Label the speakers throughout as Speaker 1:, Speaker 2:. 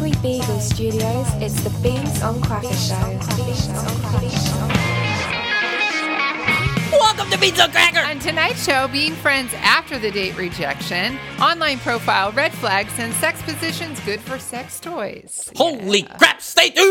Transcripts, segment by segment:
Speaker 1: Weekly Beagle Studios, it's the Beans on Cracker Show.
Speaker 2: Welcome to Pizza Cracker.
Speaker 3: On tonight's show, being friends after the date rejection, online profile red flags, and sex positions good for sex toys.
Speaker 2: Holy crap! Stay tuned.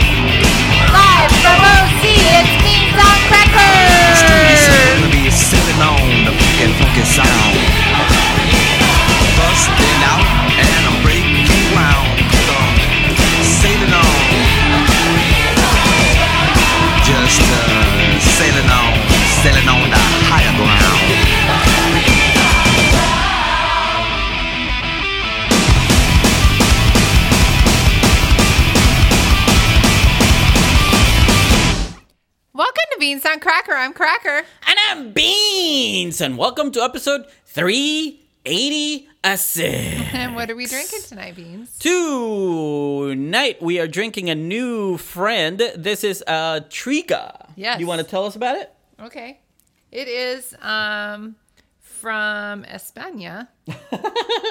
Speaker 3: Live from OC, it's Beans on Crackers!
Speaker 4: Be sipping on the fucking fucking sound. Busting out and I'm breaking ground. So, sailing on. Just uh, sailing on, sailing on the higher ground.
Speaker 3: Welcome to Beans on Cracker. I'm Cracker.
Speaker 2: And I'm Beans, and welcome to episode 386.
Speaker 3: And what are we drinking tonight, Beans?
Speaker 2: Tonight we are drinking a new friend. This is uh, Triga.
Speaker 3: Yes.
Speaker 2: You want to tell us about it?
Speaker 3: Okay. It is um, from España.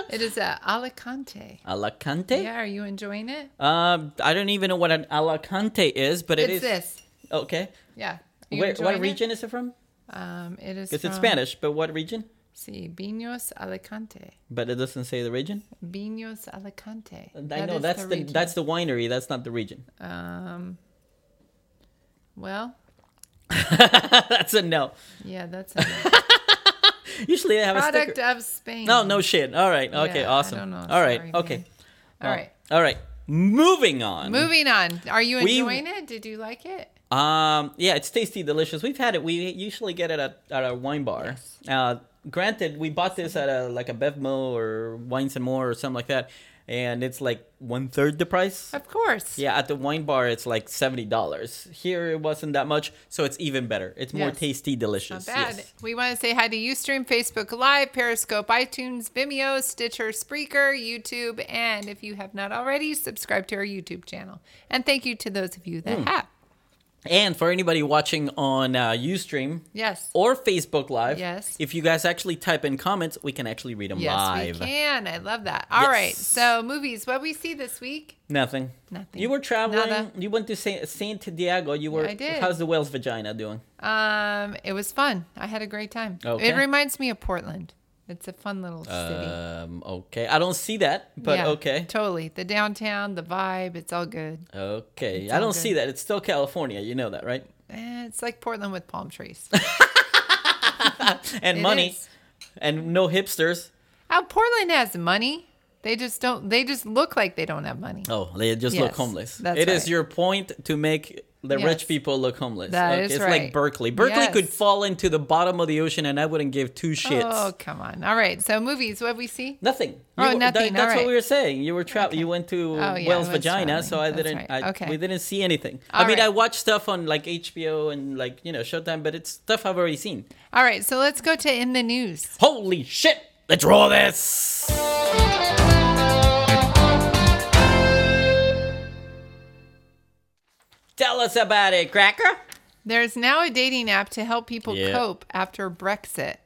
Speaker 3: it is a Alicante.
Speaker 2: Alicante?
Speaker 3: Yeah, are you enjoying it?
Speaker 2: Um, I don't even know what an Alicante is, but it
Speaker 3: it's
Speaker 2: is-
Speaker 3: this.
Speaker 2: Okay.
Speaker 3: Yeah. Are you
Speaker 2: Where, what
Speaker 3: enjoying it?
Speaker 2: region is it from?
Speaker 3: Um, it is.
Speaker 2: Because it's
Speaker 3: from-
Speaker 2: Spanish, but what region?
Speaker 3: See, Vinos Alicante.
Speaker 2: But it doesn't say the region.
Speaker 3: Vinos Alicante.
Speaker 2: I know that's the, that's the winery. That's not the region.
Speaker 3: Um. Well,
Speaker 2: That's a no.
Speaker 3: yeah, that's a
Speaker 2: Usually I have a
Speaker 3: product
Speaker 2: sticker.
Speaker 3: of Spain.
Speaker 2: No, no shit. All right. Okay.
Speaker 3: Yeah, I
Speaker 2: awesome.
Speaker 3: don't know.
Speaker 2: All right.
Speaker 3: Sorry,
Speaker 2: okay.
Speaker 3: man. All right.
Speaker 2: All right. Moving on.
Speaker 3: Moving on. Are you
Speaker 2: We-
Speaker 3: enjoying it? Did you like it?
Speaker 2: Um. Yeah, it's tasty, delicious. We've had it. We usually get it at at our wine bar. Uh, granted, we bought this at a like a Bevmo or Wines and More or something like that, and it's like one third the price.
Speaker 3: Of course.
Speaker 2: Yeah, at the wine bar it's like seventy dollars. Here it wasn't that much, so it's even better. It's more
Speaker 3: Yes.
Speaker 2: tasty,
Speaker 3: Not
Speaker 2: delicious.
Speaker 3: bad.
Speaker 2: Yes.
Speaker 3: We want to say hi to Ustream, Facebook Live, Periscope, iTunes, Vimeo, Stitcher, Spreaker, YouTube, and if you have not already, subscribe to our YouTube channel. And thank you to those of you
Speaker 2: Hmm.
Speaker 3: that have.
Speaker 2: And for anybody watching on uh, UStream
Speaker 3: Yes.
Speaker 2: or Facebook Live,
Speaker 3: Yes.
Speaker 2: if you guys actually type in comments, we can actually read them
Speaker 3: Yes,
Speaker 2: live.
Speaker 3: we can. I love that. All right.
Speaker 2: Yes.
Speaker 3: So, movies. What we see this week?
Speaker 2: Nothing.
Speaker 3: Nothing.
Speaker 2: You were traveling.
Speaker 3: Nada.
Speaker 2: You went to Saint, Saint Diego. You were.
Speaker 3: I did.
Speaker 2: How's the whale's vagina doing?
Speaker 3: Um, it was fun. I had a great time.
Speaker 2: Okay.
Speaker 3: It reminds me of Portland. It's a fun little city.
Speaker 2: Um. Okay. I don't see that, but
Speaker 3: Yeah,
Speaker 2: okay.
Speaker 3: Totally. The downtown, the vibe, it's all good.
Speaker 2: Okay.
Speaker 3: It's
Speaker 2: I
Speaker 3: all
Speaker 2: don't
Speaker 3: good.
Speaker 2: see that. It's still California. You know that, right?
Speaker 3: Eh, it's like Portland with palm trees.
Speaker 2: And
Speaker 3: It
Speaker 2: money,
Speaker 3: is.
Speaker 2: and no hipsters.
Speaker 3: Oh, Portland has money. They just don't they just look like they don't have money.
Speaker 2: Oh, they just look
Speaker 3: Yes,
Speaker 2: homeless. It is
Speaker 3: that's right.
Speaker 2: your point to make the
Speaker 3: Yes.
Speaker 2: rich people look homeless.
Speaker 3: That is
Speaker 2: it's like
Speaker 3: right.
Speaker 2: Berkeley. Berkeley could
Speaker 3: Yes.
Speaker 2: fall into the bottom of the ocean, and I wouldn't give two shits.
Speaker 3: Oh, come on. All right. So movies, what we see?
Speaker 2: Nothing. You
Speaker 3: Oh,
Speaker 2: were-
Speaker 3: nothing.
Speaker 2: that's
Speaker 3: All
Speaker 2: what
Speaker 3: right.
Speaker 2: we were saying. You were trapped. You went to
Speaker 3: Oh, yeah,
Speaker 2: Wells
Speaker 3: I was
Speaker 2: vagina, so I
Speaker 3: traveling. That's
Speaker 2: didn't.
Speaker 3: right.
Speaker 2: I,
Speaker 3: Okay.
Speaker 2: We didn't see anything. I
Speaker 3: All
Speaker 2: mean,
Speaker 3: right.
Speaker 2: I watched stuff on like HBO and like you know Showtime, but it's stuff I've already seen.
Speaker 3: All right. So let's go to in the news.
Speaker 2: Holy shit! Let's roll this. Tell us about it, Cracker.
Speaker 3: There's now a dating app to help people
Speaker 2: Yeah. Mm.
Speaker 3: cope after Brexit.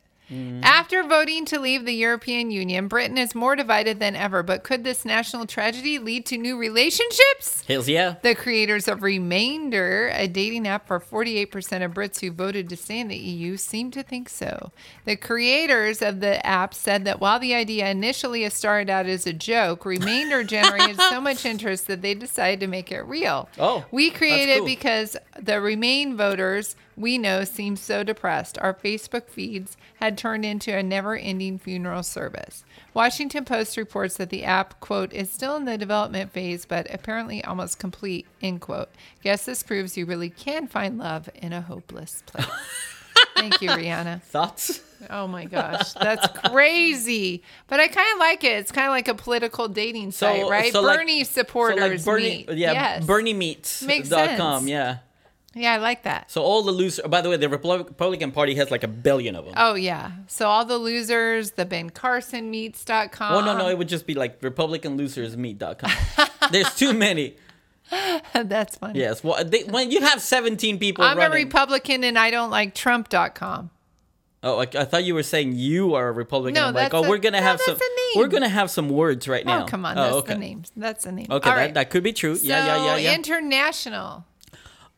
Speaker 3: After voting to leave the European Union, Britain is more divided than ever. But could this national tragedy lead to new relationships?
Speaker 2: Hells yeah.
Speaker 3: The creators of Remainder, a dating app for 48% of Brits who voted to stay in the EU, seem to think so. The creators of the app said that while the idea initially started out as a joke, Remainder generated so much interest that they decided to make it real.
Speaker 2: Oh,
Speaker 3: we
Speaker 2: that's
Speaker 3: created
Speaker 2: cool.
Speaker 3: because the Remain voters we know seem so depressed. Our Facebook feeds had turned into a never-ending funeral service. Washington Post reports that the app quote is still in the development phase, but apparently almost complete end quote. Guess this proves you really can find love in a hopeless place. Thank you, Rihanna.
Speaker 2: Thoughts?
Speaker 3: Oh my gosh, that's crazy! But I kind of like it. It's kind of like a political dating site, right?
Speaker 2: so like-
Speaker 3: Bernie
Speaker 2: so like
Speaker 3: supporters
Speaker 2: Bernie,
Speaker 3: meet.
Speaker 2: Yeah,
Speaker 3: yes.
Speaker 2: BernieMeats.com.
Speaker 3: Makes sense.
Speaker 2: Yeah.
Speaker 3: Yeah, I like that.
Speaker 2: So all the loser. By the way, the Repub- Republican Party has like a billion of them.
Speaker 3: Oh yeah. So all the losers, the Ben Carson meets.com.
Speaker 2: Oh no, no, it would just be like RepublicanLosersMeet.com. There's too many.
Speaker 3: That's funny.
Speaker 2: Yes, well, they, when you have 17 people
Speaker 3: I'm a
Speaker 2: running.
Speaker 3: Republican and I don't like Trump.com.
Speaker 2: oh, I, I thought you were saying you are a Republican.
Speaker 3: No,
Speaker 2: I'm like,
Speaker 3: that's
Speaker 2: oh,
Speaker 3: a-
Speaker 2: we're gonna
Speaker 3: no,
Speaker 2: have
Speaker 3: that's
Speaker 2: some.
Speaker 3: a name.
Speaker 2: We're gonna have some words right now.
Speaker 3: Oh come on,
Speaker 2: Oh,
Speaker 3: that's
Speaker 2: okay.
Speaker 3: the name. That's the name.
Speaker 2: Okay,
Speaker 3: All
Speaker 2: that,
Speaker 3: right.
Speaker 2: that could be true.
Speaker 3: so
Speaker 2: yeah, yeah, yeah, yeah.
Speaker 3: International.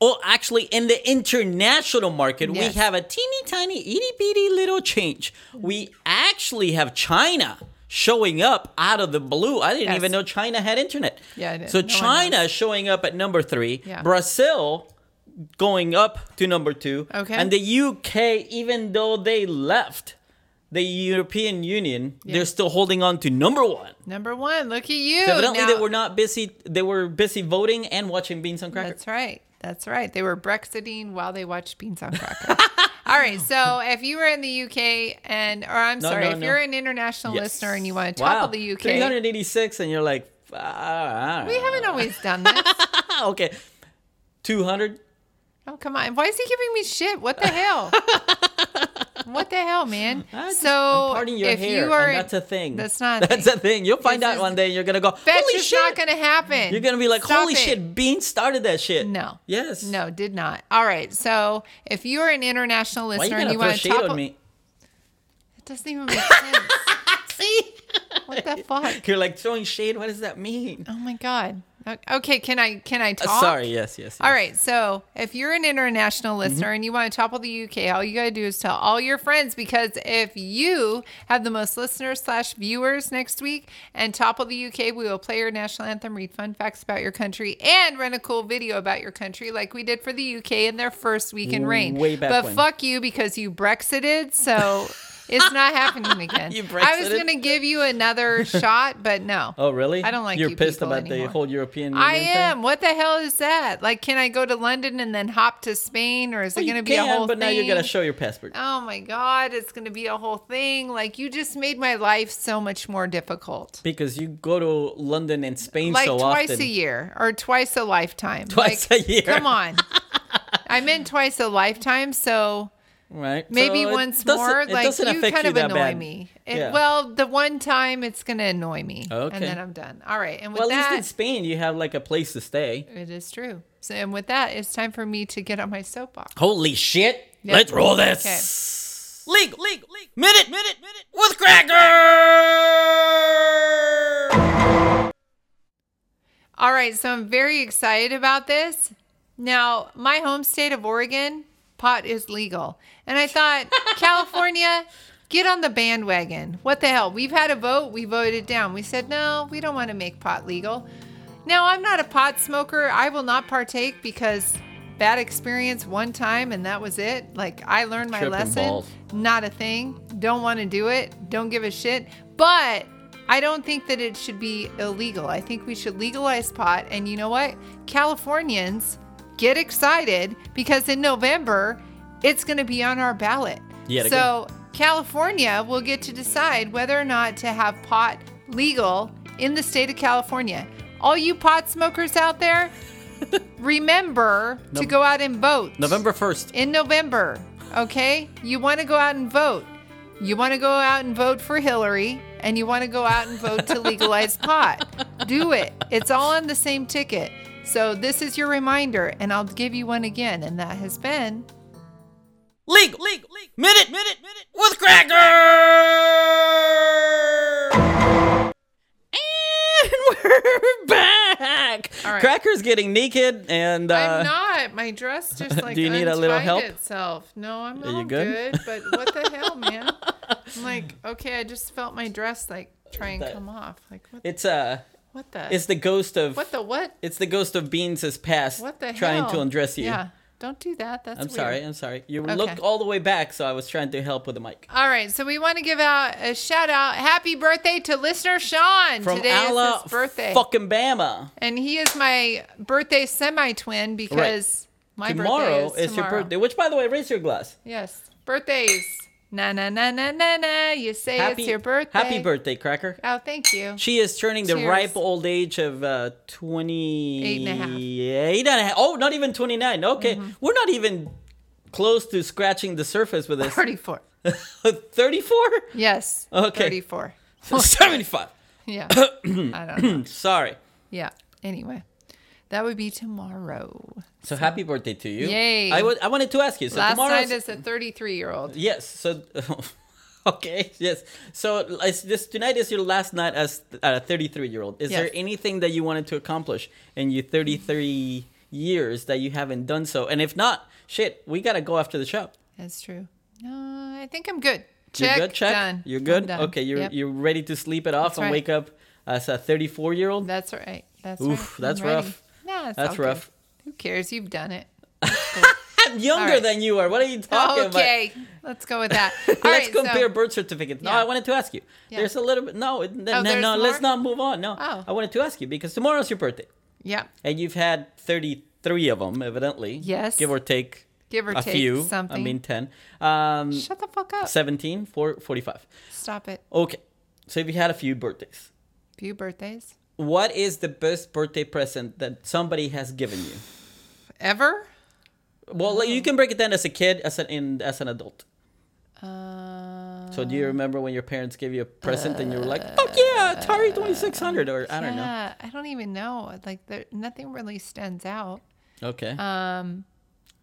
Speaker 2: oh, actually, in the international market,
Speaker 3: Yes.
Speaker 2: we have a teeny tiny, itty bitty little change. We actually have China showing up out of the blue. I didn't
Speaker 3: Yes.
Speaker 2: even know China had internet.
Speaker 3: Yeah, I didn't.
Speaker 2: So
Speaker 3: No one
Speaker 2: China
Speaker 3: knows.
Speaker 2: showing up at number three.
Speaker 3: Yeah.
Speaker 2: Brazil going up to number two.
Speaker 3: Okay.
Speaker 2: And the UK, even though they left the European Union,
Speaker 3: Yeah.
Speaker 2: they're still holding on to number one.
Speaker 3: Number one. Look at you.
Speaker 2: So evidently,
Speaker 3: now.
Speaker 2: they were not busy. They were busy voting and watching Beans on Crackers.
Speaker 3: That's right. That's right. They were Brexiting while they watched Beans on Crackers. All right. So if you were in the UK and, or I'm
Speaker 2: No,
Speaker 3: sorry,
Speaker 2: no,
Speaker 3: if
Speaker 2: no.
Speaker 3: you're an international listener and you want to
Speaker 2: Wow.
Speaker 3: topple the UK,
Speaker 2: 386, and you're like, ah,
Speaker 3: we haven't always done this.
Speaker 2: okay. 200.
Speaker 3: Oh come on! Why is he giving me shit? What the hell? what the hell, man?
Speaker 2: just-
Speaker 3: so
Speaker 2: I'm parting your
Speaker 3: if
Speaker 2: hair,
Speaker 3: you are,
Speaker 2: and that's a thing.
Speaker 3: That's not. a
Speaker 2: that's
Speaker 3: thing.
Speaker 2: a thing. You'll find
Speaker 3: This
Speaker 2: out
Speaker 3: is-
Speaker 2: one day, and you're gonna go,
Speaker 3: Bet
Speaker 2: holy
Speaker 3: it's
Speaker 2: shit.
Speaker 3: not gonna happen.
Speaker 2: you're gonna be like,
Speaker 3: Stop
Speaker 2: holy
Speaker 3: it.
Speaker 2: shit, Bean started that shit.
Speaker 3: No.
Speaker 2: Yes.
Speaker 3: No, did not. All right. So if you're an international
Speaker 2: Why you
Speaker 3: listener
Speaker 2: gonna
Speaker 3: and you
Speaker 2: throw
Speaker 3: want to
Speaker 2: shade
Speaker 3: topple,
Speaker 2: on me?
Speaker 3: it doesn't even make sense.
Speaker 2: See,
Speaker 3: what the fuck?
Speaker 2: you're like throwing shade. What does that mean?
Speaker 3: Oh my god. O- Okay, can I can I talk?
Speaker 2: Uh, sorry. Yes. Yes. Mm-hmm.
Speaker 3: All
Speaker 2: yes.
Speaker 3: right, so if you're an international listener and you want to topple the UK, all you gotta do is tell all your friends because if you have the most listeners slash viewers next week and topple the UK, we will play your national anthem, read fun facts about your country, and run a cool video about your country like we did for the UK in their first week in rain.
Speaker 2: Way back
Speaker 3: but
Speaker 2: when.
Speaker 3: fuck you because you Brexited, so it's not happening again.
Speaker 2: You
Speaker 3: I was
Speaker 2: Brexited?
Speaker 3: gonna give you another shot, but no.
Speaker 2: Oh really?
Speaker 3: I don't like
Speaker 2: You're
Speaker 3: you
Speaker 2: pissed
Speaker 3: people
Speaker 2: about
Speaker 3: anymore.
Speaker 2: the whole European.
Speaker 3: I
Speaker 2: Union thing?
Speaker 3: am. What the hell is that? Like, can I go to London and then hop to Spain, or is
Speaker 2: Well,
Speaker 3: it
Speaker 2: you
Speaker 3: going to be
Speaker 2: can,
Speaker 3: a whole?
Speaker 2: But now you're gonna
Speaker 3: thing?
Speaker 2: show your passport.
Speaker 3: Oh my god, it's going to be a whole thing. Like, you just made my life so much more difficult.
Speaker 2: Because you go to London and Spain
Speaker 3: Like
Speaker 2: so
Speaker 3: twice
Speaker 2: often.
Speaker 3: a year or twice a lifetime.
Speaker 2: Twice
Speaker 3: Like,
Speaker 2: a year.
Speaker 3: Come on. I meant twice a lifetime, so
Speaker 2: right?
Speaker 3: maybe
Speaker 2: So it
Speaker 3: once
Speaker 2: doesn't-
Speaker 3: more.
Speaker 2: it
Speaker 3: Like
Speaker 2: doesn't
Speaker 3: you
Speaker 2: affect
Speaker 3: kind of
Speaker 2: that
Speaker 3: annoy
Speaker 2: bad.
Speaker 3: me. It-
Speaker 2: Yeah.
Speaker 3: Well, the one time it's going to annoy me,
Speaker 2: Okay.
Speaker 3: and then I'm done. All right, and with
Speaker 2: well, at
Speaker 3: that,
Speaker 2: least in Spain you have like a place to stay.
Speaker 3: It is true. So, and with that, it's time for me to get on my soapbox.
Speaker 2: Holy shit!
Speaker 3: Yeah.
Speaker 2: Let's roll
Speaker 3: Okay.
Speaker 2: this. Legal, legal, legal. Minute, minute, minute. With cracker.
Speaker 3: All right, so I'm very excited about this. Now, my home state of Oregon, pot is legal. And I thought, California, get on the bandwagon. What the hell? We've had a vote, we voted down. We said, no, we don't want to make pot legal. Now, I'm not a pot smoker. I will not partake because bad experience one time and that was it. Like, I learned my
Speaker 2: Tripping
Speaker 3: lesson.
Speaker 2: balls.
Speaker 3: Not a thing. Don't want to do it. Don't give a shit. But I don't think that it should be illegal. I think we should legalize pot. And you know what? Californians get excited because in November, it's going to be on our ballot.
Speaker 2: Yet
Speaker 3: so California will get to decide whether or not to have pot legal in the state of California. All you pot smokers out there, remember to
Speaker 2: Nov-
Speaker 3: go out and vote
Speaker 2: November first.
Speaker 3: in November, okay? You want to go out and vote. You want to go out and vote for Hillary, and you want to go out and vote to legalize pot. Do it. It's all on the same ticket. So this is your reminder, and I'll give you one again, and that has been.
Speaker 2: Legal, legal, legal. Minute, minute, minute. With cracker. And we're back.
Speaker 3: All right.
Speaker 2: Cracker's getting naked, and uh,
Speaker 3: I'm not. My dress just like
Speaker 2: do you need a little
Speaker 3: untied
Speaker 2: help?
Speaker 3: itself. No, I'm
Speaker 2: you
Speaker 3: all
Speaker 2: good?
Speaker 3: good? But what the hell, man? I'm like, okay, I just felt my dress like try and
Speaker 2: That-
Speaker 3: come off. Like what?
Speaker 2: it's uh,
Speaker 3: what the?
Speaker 2: it's the ghost of
Speaker 3: what the what?
Speaker 2: It's the ghost of Beans' past
Speaker 3: What the
Speaker 2: trying
Speaker 3: hell?
Speaker 2: to undress you.
Speaker 3: Yeah, don't do that. That's
Speaker 2: I'm
Speaker 3: weird.
Speaker 2: sorry, I'm sorry. You
Speaker 3: Okay.
Speaker 2: looked all the way back, so I was trying to help with the mic.
Speaker 3: All right, so we want to give out a shout out. Happy birthday to listener Sean.
Speaker 2: From
Speaker 3: Today
Speaker 2: Allah
Speaker 3: is his birthday,
Speaker 2: fucking Bama.
Speaker 3: and he is my birthday semi twin because my
Speaker 2: tomorrow
Speaker 3: birthday is,
Speaker 2: your
Speaker 3: tomorrow.
Speaker 2: birthday. Which by the way, raise your glass.
Speaker 3: Yes, birthdays. Na na na na na na. You say it's your birthday.
Speaker 2: Happy birthday, Cracker.
Speaker 3: Oh, thank you.
Speaker 2: She is turning the
Speaker 3: Cheers.
Speaker 2: ripe old age of uh, 28
Speaker 3: and a half. Mm-hmm.
Speaker 2: Eight and a half. Oh, not even 29. Okay. We're not even close to scratching the surface with this.
Speaker 3: 34.
Speaker 2: 34?
Speaker 3: Yes.
Speaker 2: Okay.
Speaker 3: 34.
Speaker 2: 75.
Speaker 3: Yeah. I don't know.
Speaker 2: Sorry.
Speaker 3: Yeah. Anyway, that would be tomorrow.
Speaker 2: So happy birthday to you.
Speaker 3: Yay.
Speaker 2: I wa- I wanted to ask you. So
Speaker 3: Last
Speaker 2: tomorrow's-
Speaker 3: night is a 33 year old.
Speaker 2: Yes. So, okay. Yes. So, is this tonight is your last night as a 33 year old. Is
Speaker 3: Yes.
Speaker 2: there anything that you wanted to accomplish in your 33 years that you haven't done so? And if not, shit, we gotta go after the show.
Speaker 3: That's true. No, I think I'm good.
Speaker 2: You're
Speaker 3: Check.
Speaker 2: good. Check.
Speaker 3: Done.
Speaker 2: You're
Speaker 3: I'm
Speaker 2: good.
Speaker 3: done.
Speaker 2: Okay. You're
Speaker 3: Yep.
Speaker 2: you're ready to sleep it off
Speaker 3: That's
Speaker 2: and
Speaker 3: right.
Speaker 2: wake up as a 34 year old.
Speaker 3: That's right. That's
Speaker 2: Oof,
Speaker 3: right.
Speaker 2: that's
Speaker 3: I'm ready.
Speaker 2: rough.
Speaker 3: Nah, it's
Speaker 2: That's
Speaker 3: all good.
Speaker 2: rough.
Speaker 3: Who cares? You've done it.
Speaker 2: I'm younger
Speaker 3: All right.
Speaker 2: than you are. What are you talking about?
Speaker 3: okay. Let's go with that. All
Speaker 2: Let's
Speaker 3: right, so-
Speaker 2: compare birth certificates. No,
Speaker 3: Yeah.
Speaker 2: I wanted to ask you.
Speaker 3: Yeah. Oh,
Speaker 2: There's a little bit. No, it- no, no.
Speaker 3: there's
Speaker 2: no, Let's
Speaker 3: more?
Speaker 2: not move on. No,
Speaker 3: Oh.
Speaker 2: I wanted to ask you because tomorrow's your birthday,
Speaker 3: yeah.
Speaker 2: and you've had 33 of them, evidently.
Speaker 3: Yes.
Speaker 2: Give or take.
Speaker 3: Give or
Speaker 2: a
Speaker 3: take
Speaker 2: few.
Speaker 3: something.
Speaker 2: I mean, 10. Um,
Speaker 3: Shut the fuck up.
Speaker 2: 17, four- 45.
Speaker 3: Stop it.
Speaker 2: Okay. So if you had a few birthdays,
Speaker 3: Few birthdays
Speaker 2: what is the best birthday present that somebody has given you?
Speaker 3: ever.
Speaker 2: Well, like, you can break it down as a kid, as an in, as an adult.
Speaker 3: Uh,
Speaker 2: So do you remember when your parents gave you a present and you were like, "Fuck yeah, Atari 2600," or I don't know.
Speaker 3: yeah, I don't even know. Like, there, nothing really stands out.
Speaker 2: Okay.
Speaker 3: Um,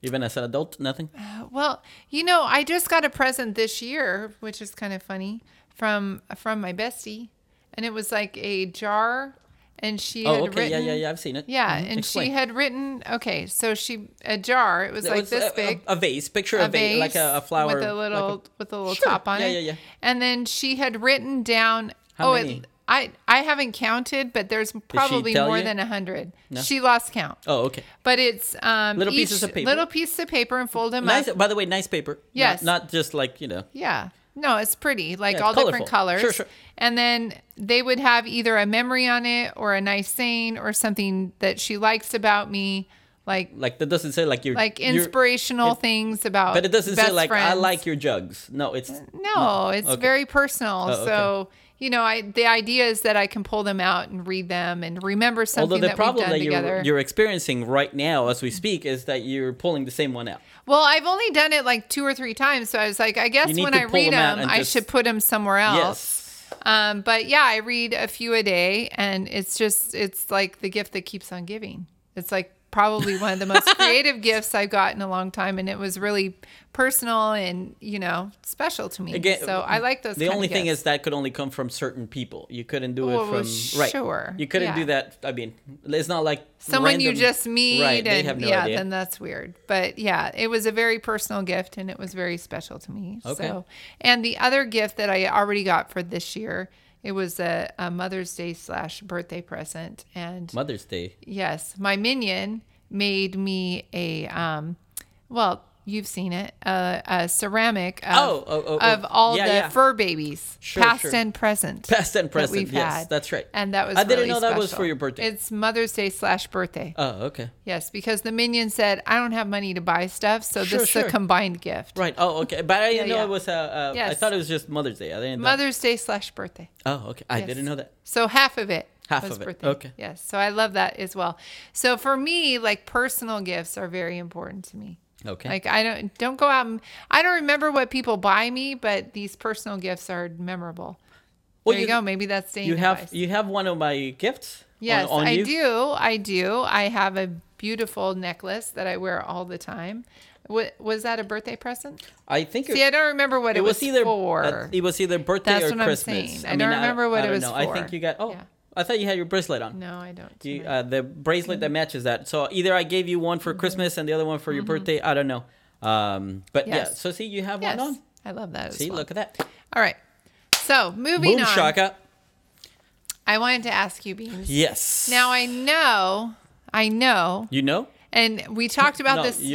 Speaker 2: Even as an adult, nothing.
Speaker 3: uh, well, you know, I just got a present this year, which is kind of funny from from my bestie, and it was like a jar, and she
Speaker 2: Oh,
Speaker 3: had
Speaker 2: okay.
Speaker 3: written,
Speaker 2: yeah, yeah, yeah. I've seen it.
Speaker 3: yeah,
Speaker 2: Mhm.
Speaker 3: and
Speaker 2: Explain.
Speaker 3: she had written, okay, so she a jar. It was
Speaker 2: It
Speaker 3: like
Speaker 2: was
Speaker 3: this
Speaker 2: a,
Speaker 3: big.
Speaker 2: A, a vase. Picture of a vase, like a, a flower
Speaker 3: with a
Speaker 2: like
Speaker 3: little with a little
Speaker 2: Sure.
Speaker 3: top on
Speaker 2: Yeah,
Speaker 3: it.
Speaker 2: yeah, yeah.
Speaker 3: And then she had written down.
Speaker 2: How
Speaker 3: oh,
Speaker 2: many?
Speaker 3: It, I I haven't counted, but there's probably
Speaker 2: tell
Speaker 3: more
Speaker 2: you?
Speaker 3: than a hundred. She lost count.
Speaker 2: oh, okay.
Speaker 3: But it's um,
Speaker 2: Little
Speaker 3: each
Speaker 2: pieces of paper.
Speaker 3: Little pieces of paper and fold them
Speaker 2: Nice.
Speaker 3: up.
Speaker 2: By the way, nice paper. Not-
Speaker 3: Yes.
Speaker 2: Not, just like you know.
Speaker 3: Yeah. No, it's pretty, like
Speaker 2: Yeah,
Speaker 3: all
Speaker 2: it's
Speaker 3: different
Speaker 2: colorful.
Speaker 3: colors.
Speaker 2: Sure, sure.
Speaker 3: And then they would have either a memory on it or a nice saying or something that she likes about me, like
Speaker 2: Like that doesn't say like your
Speaker 3: like
Speaker 2: your-
Speaker 3: inspirational
Speaker 2: it-
Speaker 3: things about.
Speaker 2: But it doesn't say
Speaker 3: best
Speaker 2: like I
Speaker 3: friends.
Speaker 2: like your jugs. No, it's
Speaker 3: No, it's
Speaker 2: Okay.
Speaker 3: very personal.
Speaker 2: Oh, okay.
Speaker 3: So you know, I the idea is that I can pull them out and read them and remember something
Speaker 2: although the
Speaker 3: that we've
Speaker 2: problem
Speaker 3: done
Speaker 2: that you're
Speaker 3: together.
Speaker 2: you're experiencing right now as we speak is that you're pulling the same one out.
Speaker 3: well, I've only done it like two or three times, so I was like, I guess
Speaker 2: need
Speaker 3: when
Speaker 2: to
Speaker 3: I
Speaker 2: pull
Speaker 3: read
Speaker 2: them out
Speaker 3: them,
Speaker 2: and
Speaker 3: I
Speaker 2: just-
Speaker 3: should put them somewhere else.
Speaker 2: Yes.
Speaker 3: Um, but yeah, I read a few a day, and it's just it's like the gift that keeps on giving. It's like probably one of the most creative gifts I've gotten in a long time, and it was really personal and you know special to me.
Speaker 2: Again,
Speaker 3: so I like those.
Speaker 2: The
Speaker 3: kind
Speaker 2: only
Speaker 3: of
Speaker 2: thing
Speaker 3: gifts.
Speaker 2: is that could only come from certain people. You couldn't do
Speaker 3: Well,
Speaker 2: it from right.
Speaker 3: Oh, sure,
Speaker 2: You couldn't
Speaker 3: yeah.
Speaker 2: do that. I mean, it's not like
Speaker 3: someone you
Speaker 2: random-
Speaker 3: just meet
Speaker 2: Right,
Speaker 3: and
Speaker 2: they have no
Speaker 3: yeah
Speaker 2: idea.
Speaker 3: then that's weird but yeah it was a very personal gift and it was very special to me
Speaker 2: Okay.
Speaker 3: so and the other gift that i already got for this year it was a, a mother's day slash birthday present and
Speaker 2: Mother's Day.
Speaker 3: yes my minion made me a um well you've seen it a, a ceramic of,
Speaker 2: Oh, oh, oh,
Speaker 3: of
Speaker 2: oh.
Speaker 3: all
Speaker 2: Yeah,
Speaker 3: the
Speaker 2: yeah.
Speaker 3: fur babies
Speaker 2: Sure,
Speaker 3: past
Speaker 2: sure.
Speaker 3: and present
Speaker 2: Past and
Speaker 3: that
Speaker 2: present,
Speaker 3: we've
Speaker 2: yes,
Speaker 3: had.
Speaker 2: that's right.
Speaker 3: and that was
Speaker 2: I didn't
Speaker 3: really
Speaker 2: know that was for
Speaker 3: special.
Speaker 2: your birthday.
Speaker 3: it's mother's day slash birthday
Speaker 2: Oh, okay.
Speaker 3: Yes, because the minion said, I don't have money to buy stuff, so
Speaker 2: Sure,
Speaker 3: this is
Speaker 2: sure.
Speaker 3: a combined gift.
Speaker 2: Right. Oh, okay. But I didn't
Speaker 3: Yeah,
Speaker 2: know
Speaker 3: yeah.
Speaker 2: it was a. Uh, I
Speaker 3: Yes.
Speaker 2: thought it was just Mother's Day. I didn't. know-
Speaker 3: Mother's Day slash birthday.
Speaker 2: Oh, okay. I
Speaker 3: Yes.
Speaker 2: didn't know that.
Speaker 3: So half of it.
Speaker 2: Half
Speaker 3: was
Speaker 2: of it.
Speaker 3: Birthday.
Speaker 2: Okay.
Speaker 3: Yes. So I love that as well. So for me, like personal gifts are very important to me.
Speaker 2: Okay.
Speaker 3: Like I don't don't go out and I don't remember what people buy me, but these personal gifts are memorable.
Speaker 2: Well,
Speaker 3: there
Speaker 2: you-
Speaker 3: you, go. Maybe that's staying
Speaker 2: you have
Speaker 3: advice.
Speaker 2: you have one of my gifts. on-
Speaker 3: Yes,
Speaker 2: on
Speaker 3: I
Speaker 2: you?
Speaker 3: do. I do. I have a beautiful necklace that I wear all the time. Wa- was that a birthday present?
Speaker 2: I think
Speaker 3: See, I don't remember what it,
Speaker 2: it
Speaker 3: was,
Speaker 2: was either
Speaker 3: for.
Speaker 2: uh, it was either birthday
Speaker 3: That's
Speaker 2: or
Speaker 3: what I'm
Speaker 2: Christmas.
Speaker 3: saying. I don't remember what it
Speaker 2: don't
Speaker 3: was
Speaker 2: know. I
Speaker 3: for.
Speaker 2: think you got. Oh,
Speaker 3: Yeah.
Speaker 2: I thought you had your bracelet on.
Speaker 3: no, Mm-hmm. I don't.
Speaker 2: You,
Speaker 3: tonight.
Speaker 2: uh, the bracelet that matches that. So either I gave you one for
Speaker 3: Mm-hmm.
Speaker 2: Christmas and the other one for your birthday. I don't know. Um, but yeah.
Speaker 3: Yes.
Speaker 2: So see, you have
Speaker 3: yes,
Speaker 2: one on.
Speaker 3: I love that. As
Speaker 2: uh, See,
Speaker 3: well.
Speaker 2: look at that.
Speaker 3: All right. So moving
Speaker 2: Boom
Speaker 3: on,
Speaker 2: shaka.
Speaker 3: I wanted to ask you, Beans.
Speaker 2: Yes.
Speaker 3: Now I know, I know,
Speaker 2: You know.
Speaker 3: and we talked about
Speaker 2: No,
Speaker 3: this.
Speaker 2: you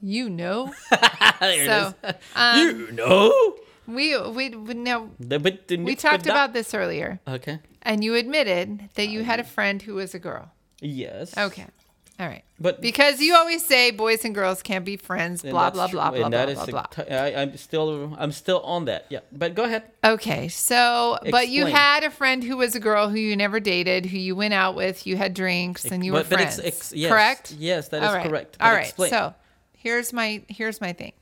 Speaker 3: You,
Speaker 2: know.
Speaker 3: know,
Speaker 2: There
Speaker 3: so um,
Speaker 2: it is. you know.
Speaker 3: we we we- now
Speaker 2: The- but the-
Speaker 3: we
Speaker 2: but
Speaker 3: talked
Speaker 2: that-
Speaker 3: about this earlier,
Speaker 2: Okay. Um,
Speaker 3: and you admitted that you had a friend who was a girl.
Speaker 2: Yes.
Speaker 3: Okay. All right.
Speaker 2: But-
Speaker 3: because you always say boys and girls can't be friends,
Speaker 2: And
Speaker 3: blah
Speaker 2: that's
Speaker 3: blah
Speaker 2: true,
Speaker 3: blah blah
Speaker 2: and
Speaker 3: blah
Speaker 2: that is
Speaker 3: blah
Speaker 2: the
Speaker 3: blah.
Speaker 2: t- I, I'm still I'm still on that. Yeah, but go ahead.
Speaker 3: Okay, so but you
Speaker 2: Explain.
Speaker 3: had a friend who was a girl who you never dated, who you went out with, you had drinks, and you were
Speaker 2: but, but
Speaker 3: friends.
Speaker 2: it's- ex- yes,
Speaker 3: correct?
Speaker 2: Yes, that is
Speaker 3: All right.
Speaker 2: correct.
Speaker 3: All
Speaker 2: But
Speaker 3: right.
Speaker 2: explain.
Speaker 3: So here's my here's my thing.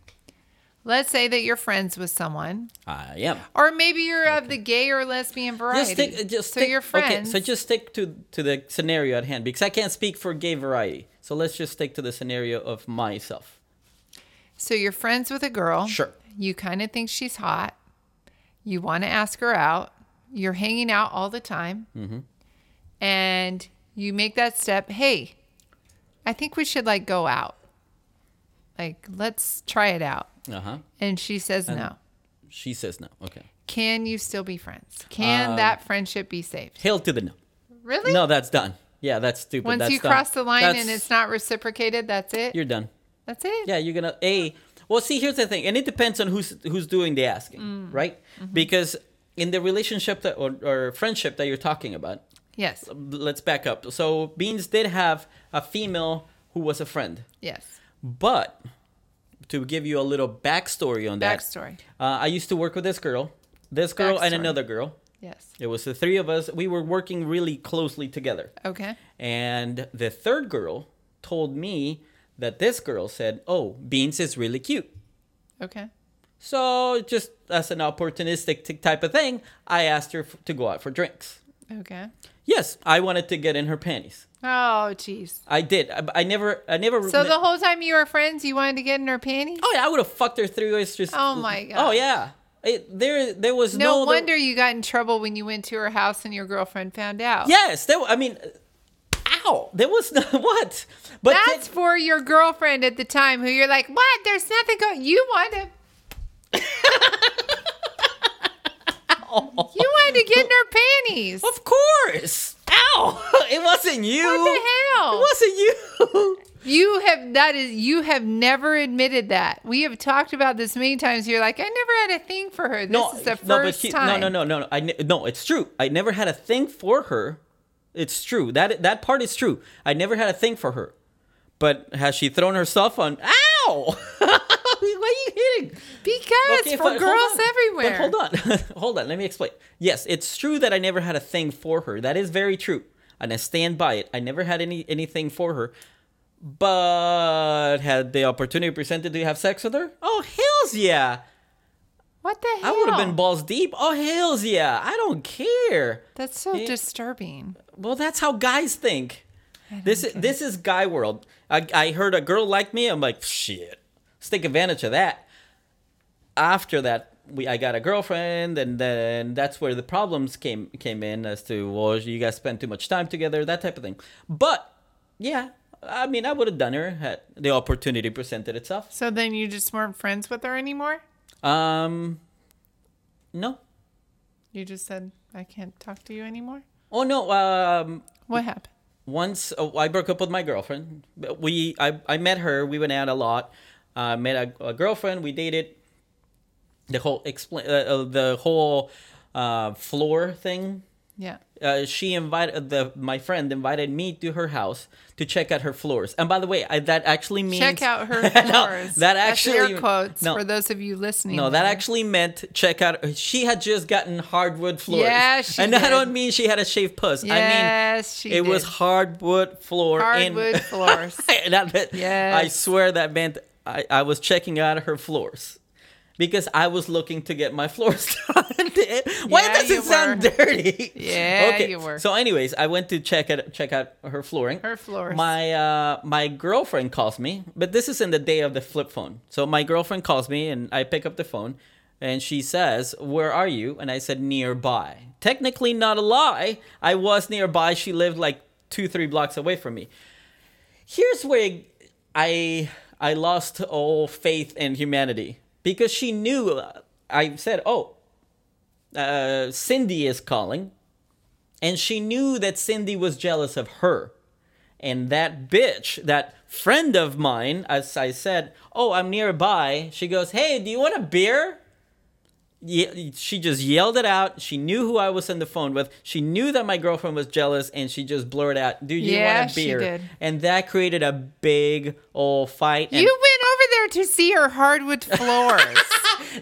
Speaker 3: Let's say that you're friends with someone,
Speaker 2: I am.
Speaker 3: or maybe you're of the gay or lesbian variety.
Speaker 2: Just stick. Just
Speaker 3: so
Speaker 2: stick,
Speaker 3: you're friends.
Speaker 2: Okay, so just stick to to the scenario at hand because I can't speak for gay variety. So let's just stick to the scenario of myself.
Speaker 3: So you're friends with a girl.
Speaker 2: Sure.
Speaker 3: You kind of think she's hot. You want to ask her out. You're hanging out all the time.
Speaker 2: Mm-hmm.
Speaker 3: And you make that step. Hey, I think we should like go out. Like, let's try it out.
Speaker 2: Uh huh.
Speaker 3: And she says no.
Speaker 2: She says no. Okay.
Speaker 3: Can you still be friends? Can that friendship be saved?
Speaker 2: Hail to the no.
Speaker 3: Really?
Speaker 2: Um, No, that's done. Yeah, that's stupid.
Speaker 3: Once
Speaker 2: that's
Speaker 3: you
Speaker 2: done.
Speaker 3: cross the line and
Speaker 2: That's-
Speaker 3: it's not reciprocated, that's it.
Speaker 2: you're done.
Speaker 3: That's it.
Speaker 2: Yeah, you're gonna a. Well, see, here's the thing, and it depends on who's who's doing the asking,
Speaker 3: Mm.
Speaker 2: right?
Speaker 3: Mm-hmm.
Speaker 2: Because in the relationship that or, or friendship that you're talking about,
Speaker 3: Yes.
Speaker 2: let's back up. So Beans did have a female who was a friend,
Speaker 3: Yes.
Speaker 2: but to give you a little backstory on that,
Speaker 3: Backstory.
Speaker 2: uh, I used to work with this girl, this girl, and
Speaker 3: Backstory.
Speaker 2: another girl.
Speaker 3: Yes.
Speaker 2: It was the three of us. We were working really closely together.
Speaker 3: Okay.
Speaker 2: And the third girl told me that this girl said, "Oh, Beans is really cute."
Speaker 3: Okay.
Speaker 2: So, just as an opportunistic t- type of thing, I asked her f- to go out for drinks.
Speaker 3: Okay.
Speaker 2: Yes, I wanted to get in her panties.
Speaker 3: Oh, jeez.
Speaker 2: I did. I, I never. I never.
Speaker 3: So the whole time you were friends, you wanted to get in her panties?
Speaker 2: oh yeah, I would have fucked her three ways. Just
Speaker 3: Oh my
Speaker 2: Oh
Speaker 3: gosh.
Speaker 2: yeah. It, there, there was
Speaker 3: no
Speaker 2: no, there-
Speaker 3: wonder you got in trouble when you went to her house and your girlfriend found out.
Speaker 2: yes, there. I mean, ow, there was no what. But
Speaker 3: That's
Speaker 2: then-
Speaker 3: for your girlfriend at the time who you're like, what? There's nothing going You want to. you wanted to get in her panties.
Speaker 2: of course, ow, it wasn't you.
Speaker 3: What
Speaker 2: It wasn't you.
Speaker 3: the hell? You have that is you have never admitted that. We have talked about this many times. You're like, I never had a thing for her. This is the first
Speaker 2: no, but she,
Speaker 3: time.
Speaker 2: No, no, no, no, no. I ne- no, it's true. I never had a thing for her. It's true. That that part is true. I never had a thing for her. But has she thrown herself on? Ow! Why are you hitting?
Speaker 3: Because for
Speaker 2: but hold
Speaker 3: girls
Speaker 2: on.
Speaker 3: everywhere.
Speaker 2: But hold on, hold on. Let me explain. Yes, it's true that I never had a thing for her. That is very true, and I stand by it. I never had any anything for her. But had the opportunity presented to have sex with her? Oh hells yeah!
Speaker 3: What the
Speaker 2: I
Speaker 3: hell?
Speaker 2: would have been balls deep. Oh hells yeah! I don't care.
Speaker 3: That's so disturbing.
Speaker 2: Well, that's how guys think. This is this is guy world. I, I heard a girl like me. I'm like shit. Let's take advantage of that. After that, we I got a girlfriend, and then that's where the problems came came in as to well, you guys spend too much time together, that type of thing. But yeah, I mean, I would have done her had the opportunity presented itself.
Speaker 3: So then you just weren't friends with her anymore?
Speaker 2: Um, no.
Speaker 3: You just said, I can't talk to you anymore?
Speaker 2: Oh no. Um,
Speaker 3: What happened?
Speaker 2: once oh, I broke up with my girlfriend. But We I, I met her. We went out a lot. I met a, a girlfriend. We dated. The whole explain uh, uh, the whole uh, floor thing.
Speaker 3: Yeah.
Speaker 2: Uh, she invited the my friend invited me to her house to check out her floors. And by the way, I, that actually means
Speaker 3: Check out her
Speaker 2: No,
Speaker 3: floors.
Speaker 2: that
Speaker 3: That's
Speaker 2: actually
Speaker 3: air quotes
Speaker 2: no,
Speaker 3: for those of you listening.
Speaker 2: no, that
Speaker 3: there.
Speaker 2: actually meant check out. She had just gotten hardwood floors.
Speaker 3: Yeah, she
Speaker 2: and I
Speaker 3: did.
Speaker 2: don't mean she had a shaved puss. I mean,
Speaker 3: Yes, she
Speaker 2: it was
Speaker 3: did.
Speaker 2: hardwood floor. in-
Speaker 3: hardwood floors.
Speaker 2: that meant, I
Speaker 3: Yes.
Speaker 2: swear that meant I, I was checking out her floors because I was looking to get my floors done. Why
Speaker 3: Yeah,
Speaker 2: does
Speaker 3: you
Speaker 2: it sound
Speaker 3: were.
Speaker 2: dirty?
Speaker 3: Yeah, you were.
Speaker 2: So, anyways, I went to check out check out her flooring.
Speaker 3: Her floors.
Speaker 2: My uh, my girlfriend calls me, but this is in the day of the flip phone. So my girlfriend calls me, and I pick up the phone, and she says, "Where are you?" And I said, "Nearby." Technically, not a lie. I was nearby. She lived like two, three blocks away from me here's where I I lost all faith in humanity because she knew uh, I said, "Oh, uh, Cindy is calling," and she knew that Cindy was jealous of her, and that bitch, that friend of mine, as I said, "Oh, I'm nearby." She goes, "Hey, do you want a beer?" ye- she just yelled it out. She knew who I was on the phone with. She knew that my girlfriend was jealous, and she just blurted out, "Do you
Speaker 3: Yeah,
Speaker 2: want a
Speaker 3: she
Speaker 2: beer?"
Speaker 3: did.
Speaker 2: And that created a big old fight. And
Speaker 3: You went over there to see her hardwood floors.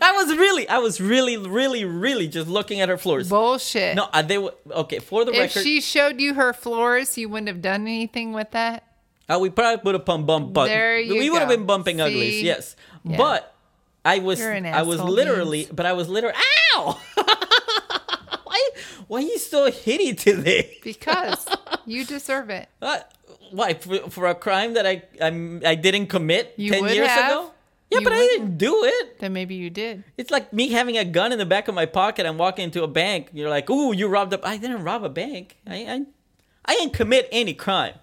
Speaker 2: I was really, I was really, really, really just looking at her floors.
Speaker 3: Bullshit.
Speaker 2: no, uh, they were okay. For the
Speaker 3: if
Speaker 2: record,
Speaker 3: she showed you her floors, you wouldn't have done anything with that.
Speaker 2: Uh, we probably would have bump bump bump.
Speaker 3: There you
Speaker 2: we would have
Speaker 3: go.
Speaker 2: been bumping uglies,
Speaker 3: See?
Speaker 2: yes.
Speaker 3: Yeah.
Speaker 2: But I was
Speaker 3: You're an
Speaker 2: I was
Speaker 3: asshole,
Speaker 2: literally
Speaker 3: Beans.
Speaker 2: but I was literally Ow Why why you so hitty today?
Speaker 3: Because you deserve it.
Speaker 2: Uh, why for, for a crime that I I'm, I didn't commit
Speaker 3: You
Speaker 2: ten
Speaker 3: would
Speaker 2: years
Speaker 3: have.
Speaker 2: ago? Yeah,
Speaker 3: You
Speaker 2: but I
Speaker 3: would.
Speaker 2: didn't do it.
Speaker 3: Then maybe you did.
Speaker 2: It's like me having a gun in the back of my pocket and walking into a bank. You're like, "Ooh, you robbed a." I didn't rob a bank. I I, I didn't commit any crime.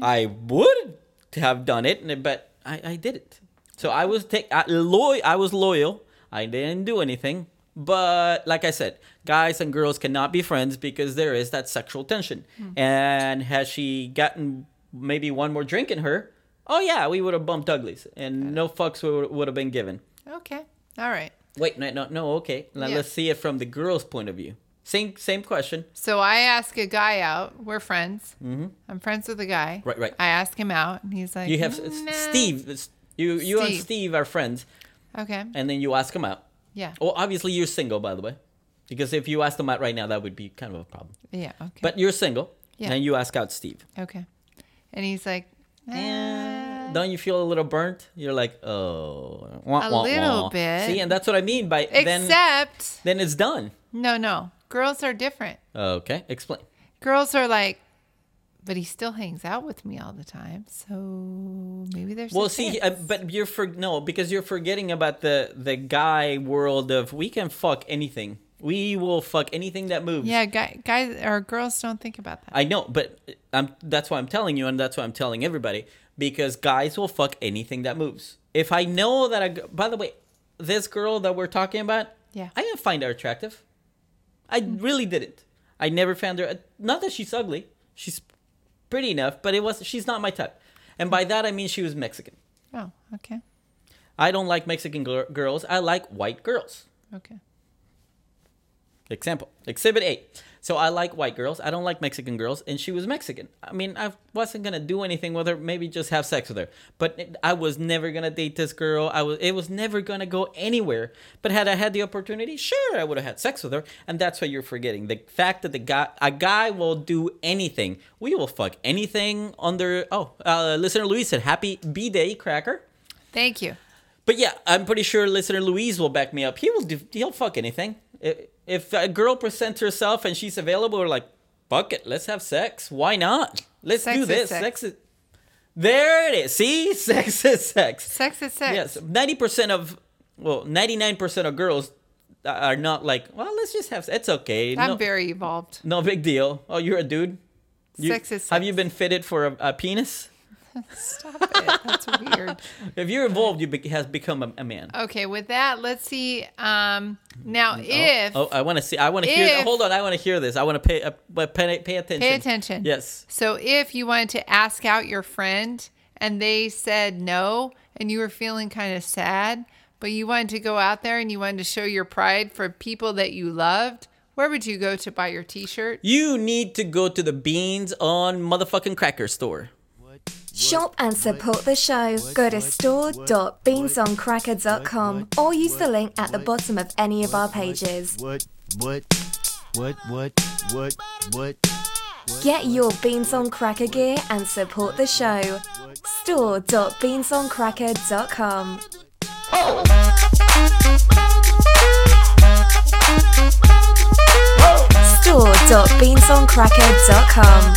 Speaker 2: I would have done it, but I, I did it. So I was take I, loyal. I was loyal. I didn't do anything. But like I said, guys and girls cannot be friends because there is that sexual tension. And has she gotten maybe one more drink in her? Oh yeah, we would have bumped uglies, and no fucks would would have been given.
Speaker 3: Okay. All right.
Speaker 2: Wait, no, no, no. Okay, now
Speaker 3: Yeah.
Speaker 2: let's see it from the girl's point of view. Same, same question.
Speaker 3: So I ask a guy out. We're friends. Mm-hmm. I'm friends with a guy.
Speaker 2: Right, right.
Speaker 3: I ask him out, and he's like,
Speaker 2: You have
Speaker 3: "Mm, nah."
Speaker 2: Steve. it's- You, you and
Speaker 3: Steve.
Speaker 2: Steve are friends,
Speaker 3: Okay.
Speaker 2: and Oh. then you ask him out.
Speaker 3: Yeah.
Speaker 2: Well, obviously you're single, by the way, because if you asked him out right now, that would be kind of a problem.
Speaker 3: Yeah. Okay.
Speaker 2: But you're single,
Speaker 3: Yeah.
Speaker 2: and you ask out Steve.
Speaker 3: okay. And he's like, "Nah."
Speaker 2: Don't you feel a little burnt? You're like, oh, wah,
Speaker 3: Uh, A
Speaker 2: wah,
Speaker 3: little
Speaker 2: wah.
Speaker 3: bit.
Speaker 2: See, and that's what I mean by then.
Speaker 3: Except,
Speaker 2: Then it's done.
Speaker 3: no, no. Girls are different.
Speaker 2: Okay, explain.
Speaker 3: Girls are like, but he still hangs out with me all the time. So maybe there's. a
Speaker 2: Well, see,
Speaker 3: chance."
Speaker 2: uh, but you're for no because you're forgetting about the the guy world of we can fuck anything. We will fuck anything that moves.
Speaker 3: yeah, guy, guys or girls don't think about that.
Speaker 2: I know, but uh, I'm that's why I'm telling you, and that's why I'm telling everybody because guys will fuck anything that moves. If I know that I, by the way, this girl that we're talking about,
Speaker 3: Yeah. Mm.
Speaker 2: I didn't find her attractive. I really didn't. I never found her. uh, Not that she's ugly. She's pretty enough, but it was she's not my type. And by that I mean she was Mexican.
Speaker 3: Oh, okay,
Speaker 2: I don't like Mexican gir- girls. I like white girls.
Speaker 3: okay.
Speaker 2: Example, Exhibit A. So I like white girls. I don't like Mexican girls, and she was Mexican. I mean, I wasn't gonna do anything with her. Maybe just have sex with her. But it- I was never gonna date this girl. I was. It was never gonna go anywhere. But had I had the opportunity, sure, I would have had sex with her. And that's what you're forgetting: the fact that the guy, a guy, will do anything. We will fuck anything under. Oh, uh, listener Luis said, "Happy B Day, cracker."
Speaker 3: Thank you.
Speaker 2: But yeah, I'm pretty sure listener Louise will back me up. He will do. He'll fuck anything. I- If a girl presents herself and she's available, we're like, fuck it, let's have sex. Why not? Let's
Speaker 3: Sex
Speaker 2: do
Speaker 3: is
Speaker 2: this.
Speaker 3: sex.
Speaker 2: Sex is. There it is. See, sex is sex.
Speaker 3: Sex is sex.
Speaker 2: Yes, ninety percent of, well, ninety nine percent of girls uh, are not like, well, let's just have. Sex. It's okay.
Speaker 3: I'm
Speaker 2: no,
Speaker 3: very evolved.
Speaker 2: no big deal. Oh, you're a dude. You-
Speaker 3: sex is sex.
Speaker 2: Have you been fitted for a, a penis?
Speaker 3: Stop it. That's weird.
Speaker 2: If you're involved, you be- has become a, a man.
Speaker 3: Okay, with that, let's see. Um, now, if
Speaker 2: Oh, I want to see. I want to hear.
Speaker 3: if-
Speaker 2: Hold on. I want to hear this. I want to pay, uh, but pay. Pay attention.
Speaker 3: pay attention.
Speaker 2: Yes.
Speaker 3: So, if you wanted to ask out your friend and they said no, and you were feeling kind of sad, but you wanted to go out there and you wanted to show your pride for people that you loved, where would you go to buy your T-shirt?
Speaker 2: You need to go to the beans on motherfucking cracker store.
Speaker 1: Shop and support the show. Go to store.beansoncracker.com or use the link at the bottom of any of our pages.
Speaker 5: What, what, what, what, what, what?
Speaker 1: Get your Beans on Cracker gear and support the show. Store.beansoncracker.com. Store.beansoncracker.com.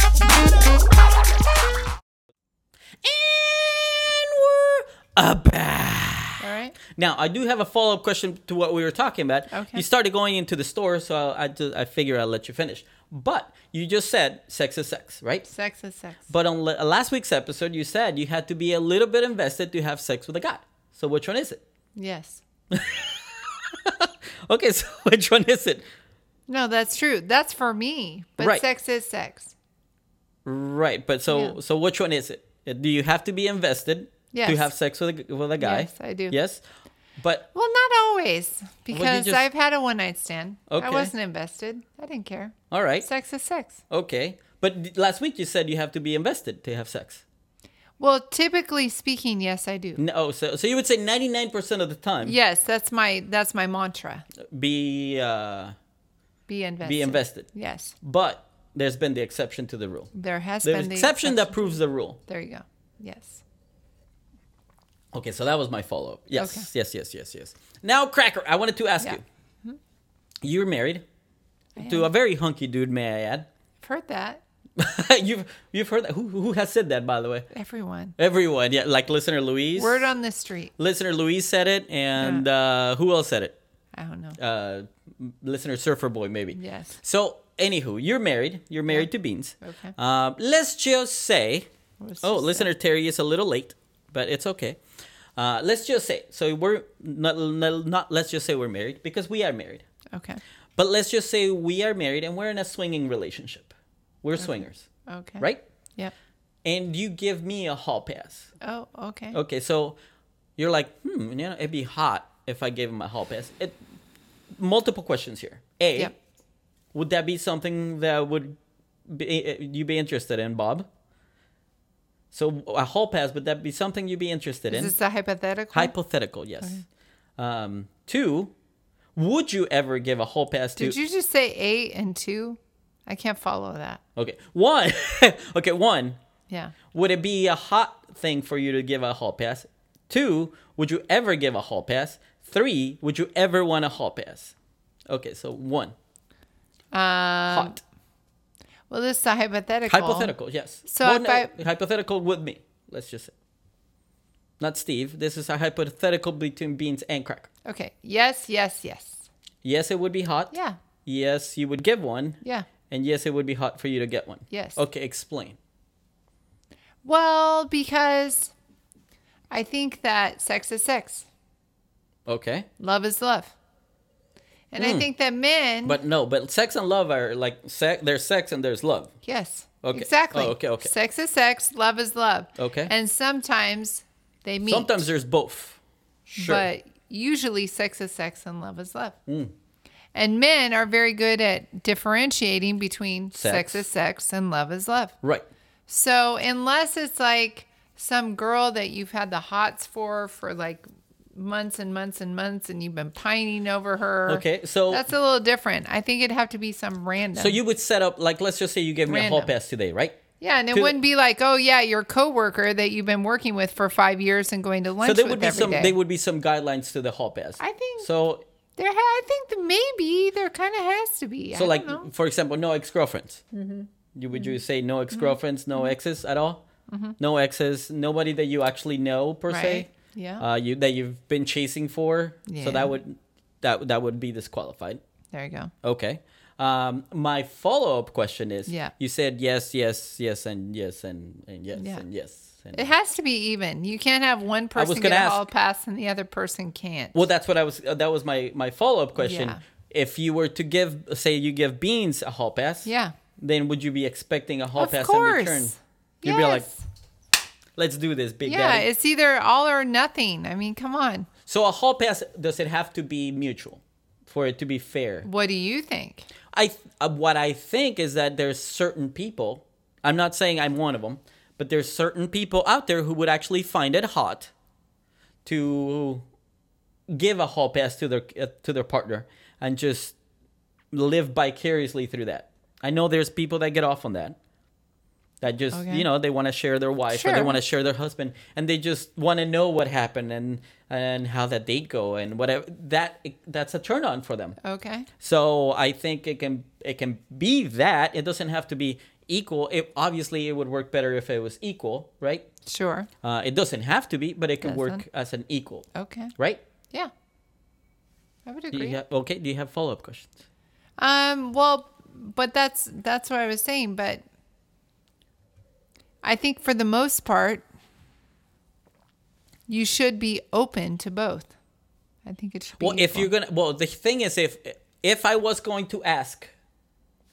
Speaker 2: And we're back.
Speaker 3: All right.
Speaker 2: Now I do have a follow up question to what we were talking about.
Speaker 3: Okay.
Speaker 2: You started going into the store, so I ju- I figure I'll let you finish. But you just said sex is sex, right?
Speaker 3: Sex is sex.
Speaker 2: But on la- last week's episode, you said you had to be a little bit invested to have sex with a guy. So which one is it?
Speaker 3: Yes.
Speaker 2: Okay, so which one is it?
Speaker 3: No, that's true. That's for me. But
Speaker 2: Right.
Speaker 3: sex is sex.
Speaker 2: Right, but so
Speaker 3: Yeah.
Speaker 2: so which one is it? Do you Uh, have to be invested
Speaker 3: Yes.
Speaker 2: to have sex with a, with a guy?
Speaker 3: Yes, I do.
Speaker 2: Yes. But
Speaker 3: Well, not always, because
Speaker 2: just-
Speaker 3: I've had a one night stand.
Speaker 2: Okay.
Speaker 3: I wasn't invested. I didn't care.
Speaker 2: all right,
Speaker 3: Sex is sex.
Speaker 2: okay. But d- last week you said you have to be invested to have sex.
Speaker 3: Well, typically speaking, yes, I do.
Speaker 2: No, oh, so so you would say ninety nine percent of the time,
Speaker 3: Yes, that's my that's my mantra.
Speaker 2: be uh,
Speaker 3: Be invested.
Speaker 2: be invested.
Speaker 3: Yes,
Speaker 2: But there's been the exception to the rule.
Speaker 3: there has
Speaker 2: There's
Speaker 3: been the
Speaker 2: exception that proves the rule.
Speaker 3: There you go. Yes.
Speaker 2: Okay, so that was my follow up. Yes,
Speaker 3: Okay.
Speaker 2: yes, yes, yes, yes. Now, Cracker, I wanted to ask
Speaker 3: Yeah. Mm-hmm.
Speaker 2: you. You're married to
Speaker 3: am.
Speaker 2: a very hunky dude, may I add.
Speaker 3: I've heard that.
Speaker 2: you've you've heard that. Who who has said that, by the way?
Speaker 3: Everyone.
Speaker 2: Everyone, yeah. Like listener Louise.
Speaker 3: Word on the street.
Speaker 2: listener Louise said it, and uh, who else said it?
Speaker 3: I don't know.
Speaker 2: Uh, listener Surfer Boy, maybe.
Speaker 3: Yes.
Speaker 2: So, anywho, you're married. You're married to Beans.
Speaker 3: Okay.
Speaker 2: Uh, let's just say,
Speaker 3: Let's
Speaker 2: oh,
Speaker 3: just say.
Speaker 2: listener Terry is a little late, but it's okay. Uh, let's just say, so we're not, not, not, let's just say we're married because we are married.
Speaker 3: Okay.
Speaker 2: But let's just say we are married and we're in a swinging relationship. We're swingers,
Speaker 3: Okay.
Speaker 2: right?
Speaker 3: Yep.
Speaker 2: And you give me a hall pass.
Speaker 3: Oh, okay.
Speaker 2: Okay, so you're like, hmm, you know, it'd be hot if I gave him a hall pass. It, multiple questions here. A,
Speaker 3: Yep.
Speaker 2: would that be something that would be uh, you be interested in, Bob? So a hall pass would that be something you'd be interested
Speaker 3: Is
Speaker 2: in?
Speaker 3: this a hypothetical?
Speaker 2: Hypothetical, yes. Um, two, would you ever give a hall pass to?
Speaker 3: Did you just say eight and two? I can't follow that.
Speaker 2: Okay, one. okay, one.
Speaker 3: Yeah.
Speaker 2: Would it be a hot thing for you to give a hall pass? Two, would you ever give a hall pass? Three, would you ever want a hall pass? Okay, so one.
Speaker 3: Um,
Speaker 2: hot.
Speaker 3: Well, this is a hypothetical.
Speaker 2: Hypothetical, yes.
Speaker 3: So
Speaker 2: Well,
Speaker 3: if
Speaker 2: no,
Speaker 3: I-
Speaker 2: hypothetical with me, let's just say. Not Steve. This is a hypothetical between beans and cracker.
Speaker 3: Okay. Yes, yes, yes.
Speaker 2: Yes, it would be hot.
Speaker 3: Yeah.
Speaker 2: Yes, you would give one.
Speaker 3: Yeah.
Speaker 2: And yes, it would be hot for you to get one.
Speaker 3: Yes.
Speaker 2: Okay, explain.
Speaker 3: Well, because I think that sex is sex,
Speaker 2: Okay.
Speaker 3: love is love. And I think that men.
Speaker 2: Hmm. But no, but sex and love are like sex there's sex and there's love.
Speaker 3: Yes.
Speaker 2: Okay.
Speaker 3: Exactly.
Speaker 2: Oh, okay, okay.
Speaker 3: Sex is sex, love is love.
Speaker 2: Okay.
Speaker 3: And sometimes they meet.
Speaker 2: Sometimes there's both. Sure. Hmm.
Speaker 3: But usually sex is sex and love is love. And men are very good at differentiating between
Speaker 2: Sex.
Speaker 3: sex. is sex and love is love.
Speaker 2: right.
Speaker 3: So unless it's like some girl that you've had the hots for for like months and months and months and you've been pining over her.
Speaker 2: Okay, so-
Speaker 3: that's a little different. I think it'd have to be some random.
Speaker 2: So you would set up like let's just say you gave me a hall
Speaker 3: Random.
Speaker 2: pass today, right?
Speaker 3: Yeah, and it
Speaker 2: to-
Speaker 3: wouldn't be like, oh yeah, your coworker that you've been working with for five years and going to lunch
Speaker 2: So there
Speaker 3: with
Speaker 2: would be
Speaker 3: every
Speaker 2: some
Speaker 3: day.
Speaker 2: there would be some guidelines to the hall pass.
Speaker 3: I think-
Speaker 2: so
Speaker 3: There, ha- I think that maybe there kind of has to be.
Speaker 2: So,
Speaker 3: I don't
Speaker 2: like,
Speaker 3: know. Mm-hmm.
Speaker 2: for example, no ex girlfriends. You would you say no ex girlfriends, no exes at all? No exes, nobody that you actually know per se.
Speaker 3: Mm-hmm. Right. Yeah.
Speaker 2: Uh, you that you've been chasing for. So
Speaker 3: Yeah.
Speaker 2: that would that that would be disqualified.
Speaker 3: there you go.
Speaker 2: Okay. Um, my follow up question is:
Speaker 3: Yeah.
Speaker 2: you said yes, yes, yes, and yes, and and yes,
Speaker 3: Yeah.
Speaker 2: and yes. And
Speaker 3: It has to be even. You can't have one person
Speaker 2: was
Speaker 3: get
Speaker 2: gonna
Speaker 3: a hall
Speaker 2: ask-
Speaker 3: pass and the other person can't.
Speaker 2: Well, that's what I was. Uh, that was my my follow up question.
Speaker 3: Yeah.
Speaker 2: If you were to give, say, you give Beans a hall pass,
Speaker 3: Yeah.
Speaker 2: then would you be expecting a hall
Speaker 3: of
Speaker 2: pass
Speaker 3: course.
Speaker 2: in return? You'd be like,
Speaker 3: Yes.
Speaker 2: Let's do this, Big
Speaker 3: yeah,
Speaker 2: Daddy.
Speaker 3: it's either all or nothing. I mean, come on.
Speaker 2: So a hall pass does it have to be mutual for it to be fair?
Speaker 3: What do you think?
Speaker 2: I th- uh, what I think is that there's certain people. I'm not saying I'm one of them, but there's certain people out there who would actually find it hot to give a hall pass to their uh, to their partner and just live vicariously through that. I know there's people that get off on that. That just
Speaker 3: Okay.
Speaker 2: you know they want to share their wife or they
Speaker 3: Sure.
Speaker 2: want to share their husband and they just want to know what happened and and how that date go and whatever that that's a turn on for them.
Speaker 3: Okay.
Speaker 2: So I think it can it can be that it doesn't have to be equal. It obviously it would work better if it was equal, right?
Speaker 3: Sure.
Speaker 2: Uh, it doesn't have to be, but it can work
Speaker 3: Doesn't.
Speaker 2: as an equal,
Speaker 3: Okay.
Speaker 2: right?
Speaker 3: Yeah. I would
Speaker 2: Do
Speaker 3: agree.
Speaker 2: you have, okay. Do you have follow up questions?
Speaker 3: Um. Well, but that's that's what I was saying. But I think for the most part, you should be open to both. I think it should be.
Speaker 2: Well, if
Speaker 3: equal.
Speaker 2: you're gonna, well, the thing is, if if I was going to ask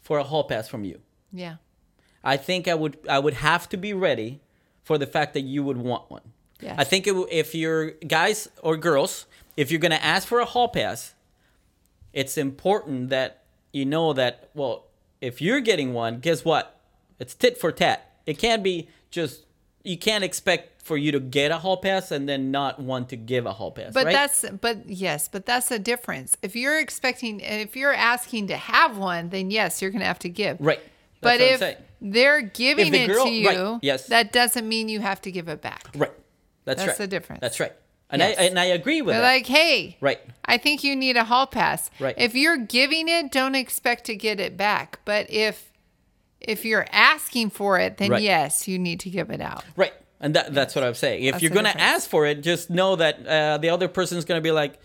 Speaker 2: for a hall pass from you,
Speaker 3: yeah,
Speaker 2: I think I would I would have to be ready for the fact that you would want one.
Speaker 3: Yes.
Speaker 2: I think it, w- if you're guys or girls, if you're going to ask for a hall pass, it's important that you know that, well, if you're getting one, guess what? It's tit for tat. It can't be just, you can't expect for you to get a hall pass and then not want to give a hall pass.
Speaker 3: But
Speaker 2: right?
Speaker 3: that's but yes, but that's the difference. If you're expecting if you're asking to have one, then yes, you're going to have to give.
Speaker 2: Right. That's
Speaker 3: but
Speaker 2: what I'm
Speaker 3: if
Speaker 2: saying.
Speaker 3: they're giving
Speaker 2: the
Speaker 3: it
Speaker 2: girl-
Speaker 3: to
Speaker 2: right,
Speaker 3: you,
Speaker 2: yes.
Speaker 3: that doesn't mean you have to give it back.
Speaker 2: right. That's,
Speaker 3: That's
Speaker 2: right.
Speaker 3: the difference.
Speaker 2: That's right. And,
Speaker 3: Yes.
Speaker 2: I, and I agree with
Speaker 3: They're
Speaker 2: that.
Speaker 3: like, "Hey,
Speaker 2: Right.
Speaker 3: I think you need a hall pass."
Speaker 2: Right.
Speaker 3: If you're giving it, don't expect to get it back. But if if you're asking for it, then
Speaker 2: Right.
Speaker 3: yes, you need to give it out.
Speaker 2: Right. And that, that's what I'm saying. If
Speaker 3: That's
Speaker 2: you're
Speaker 3: the
Speaker 2: going to
Speaker 3: difference.
Speaker 2: ask for it, just know that uh, the other person's going to be like,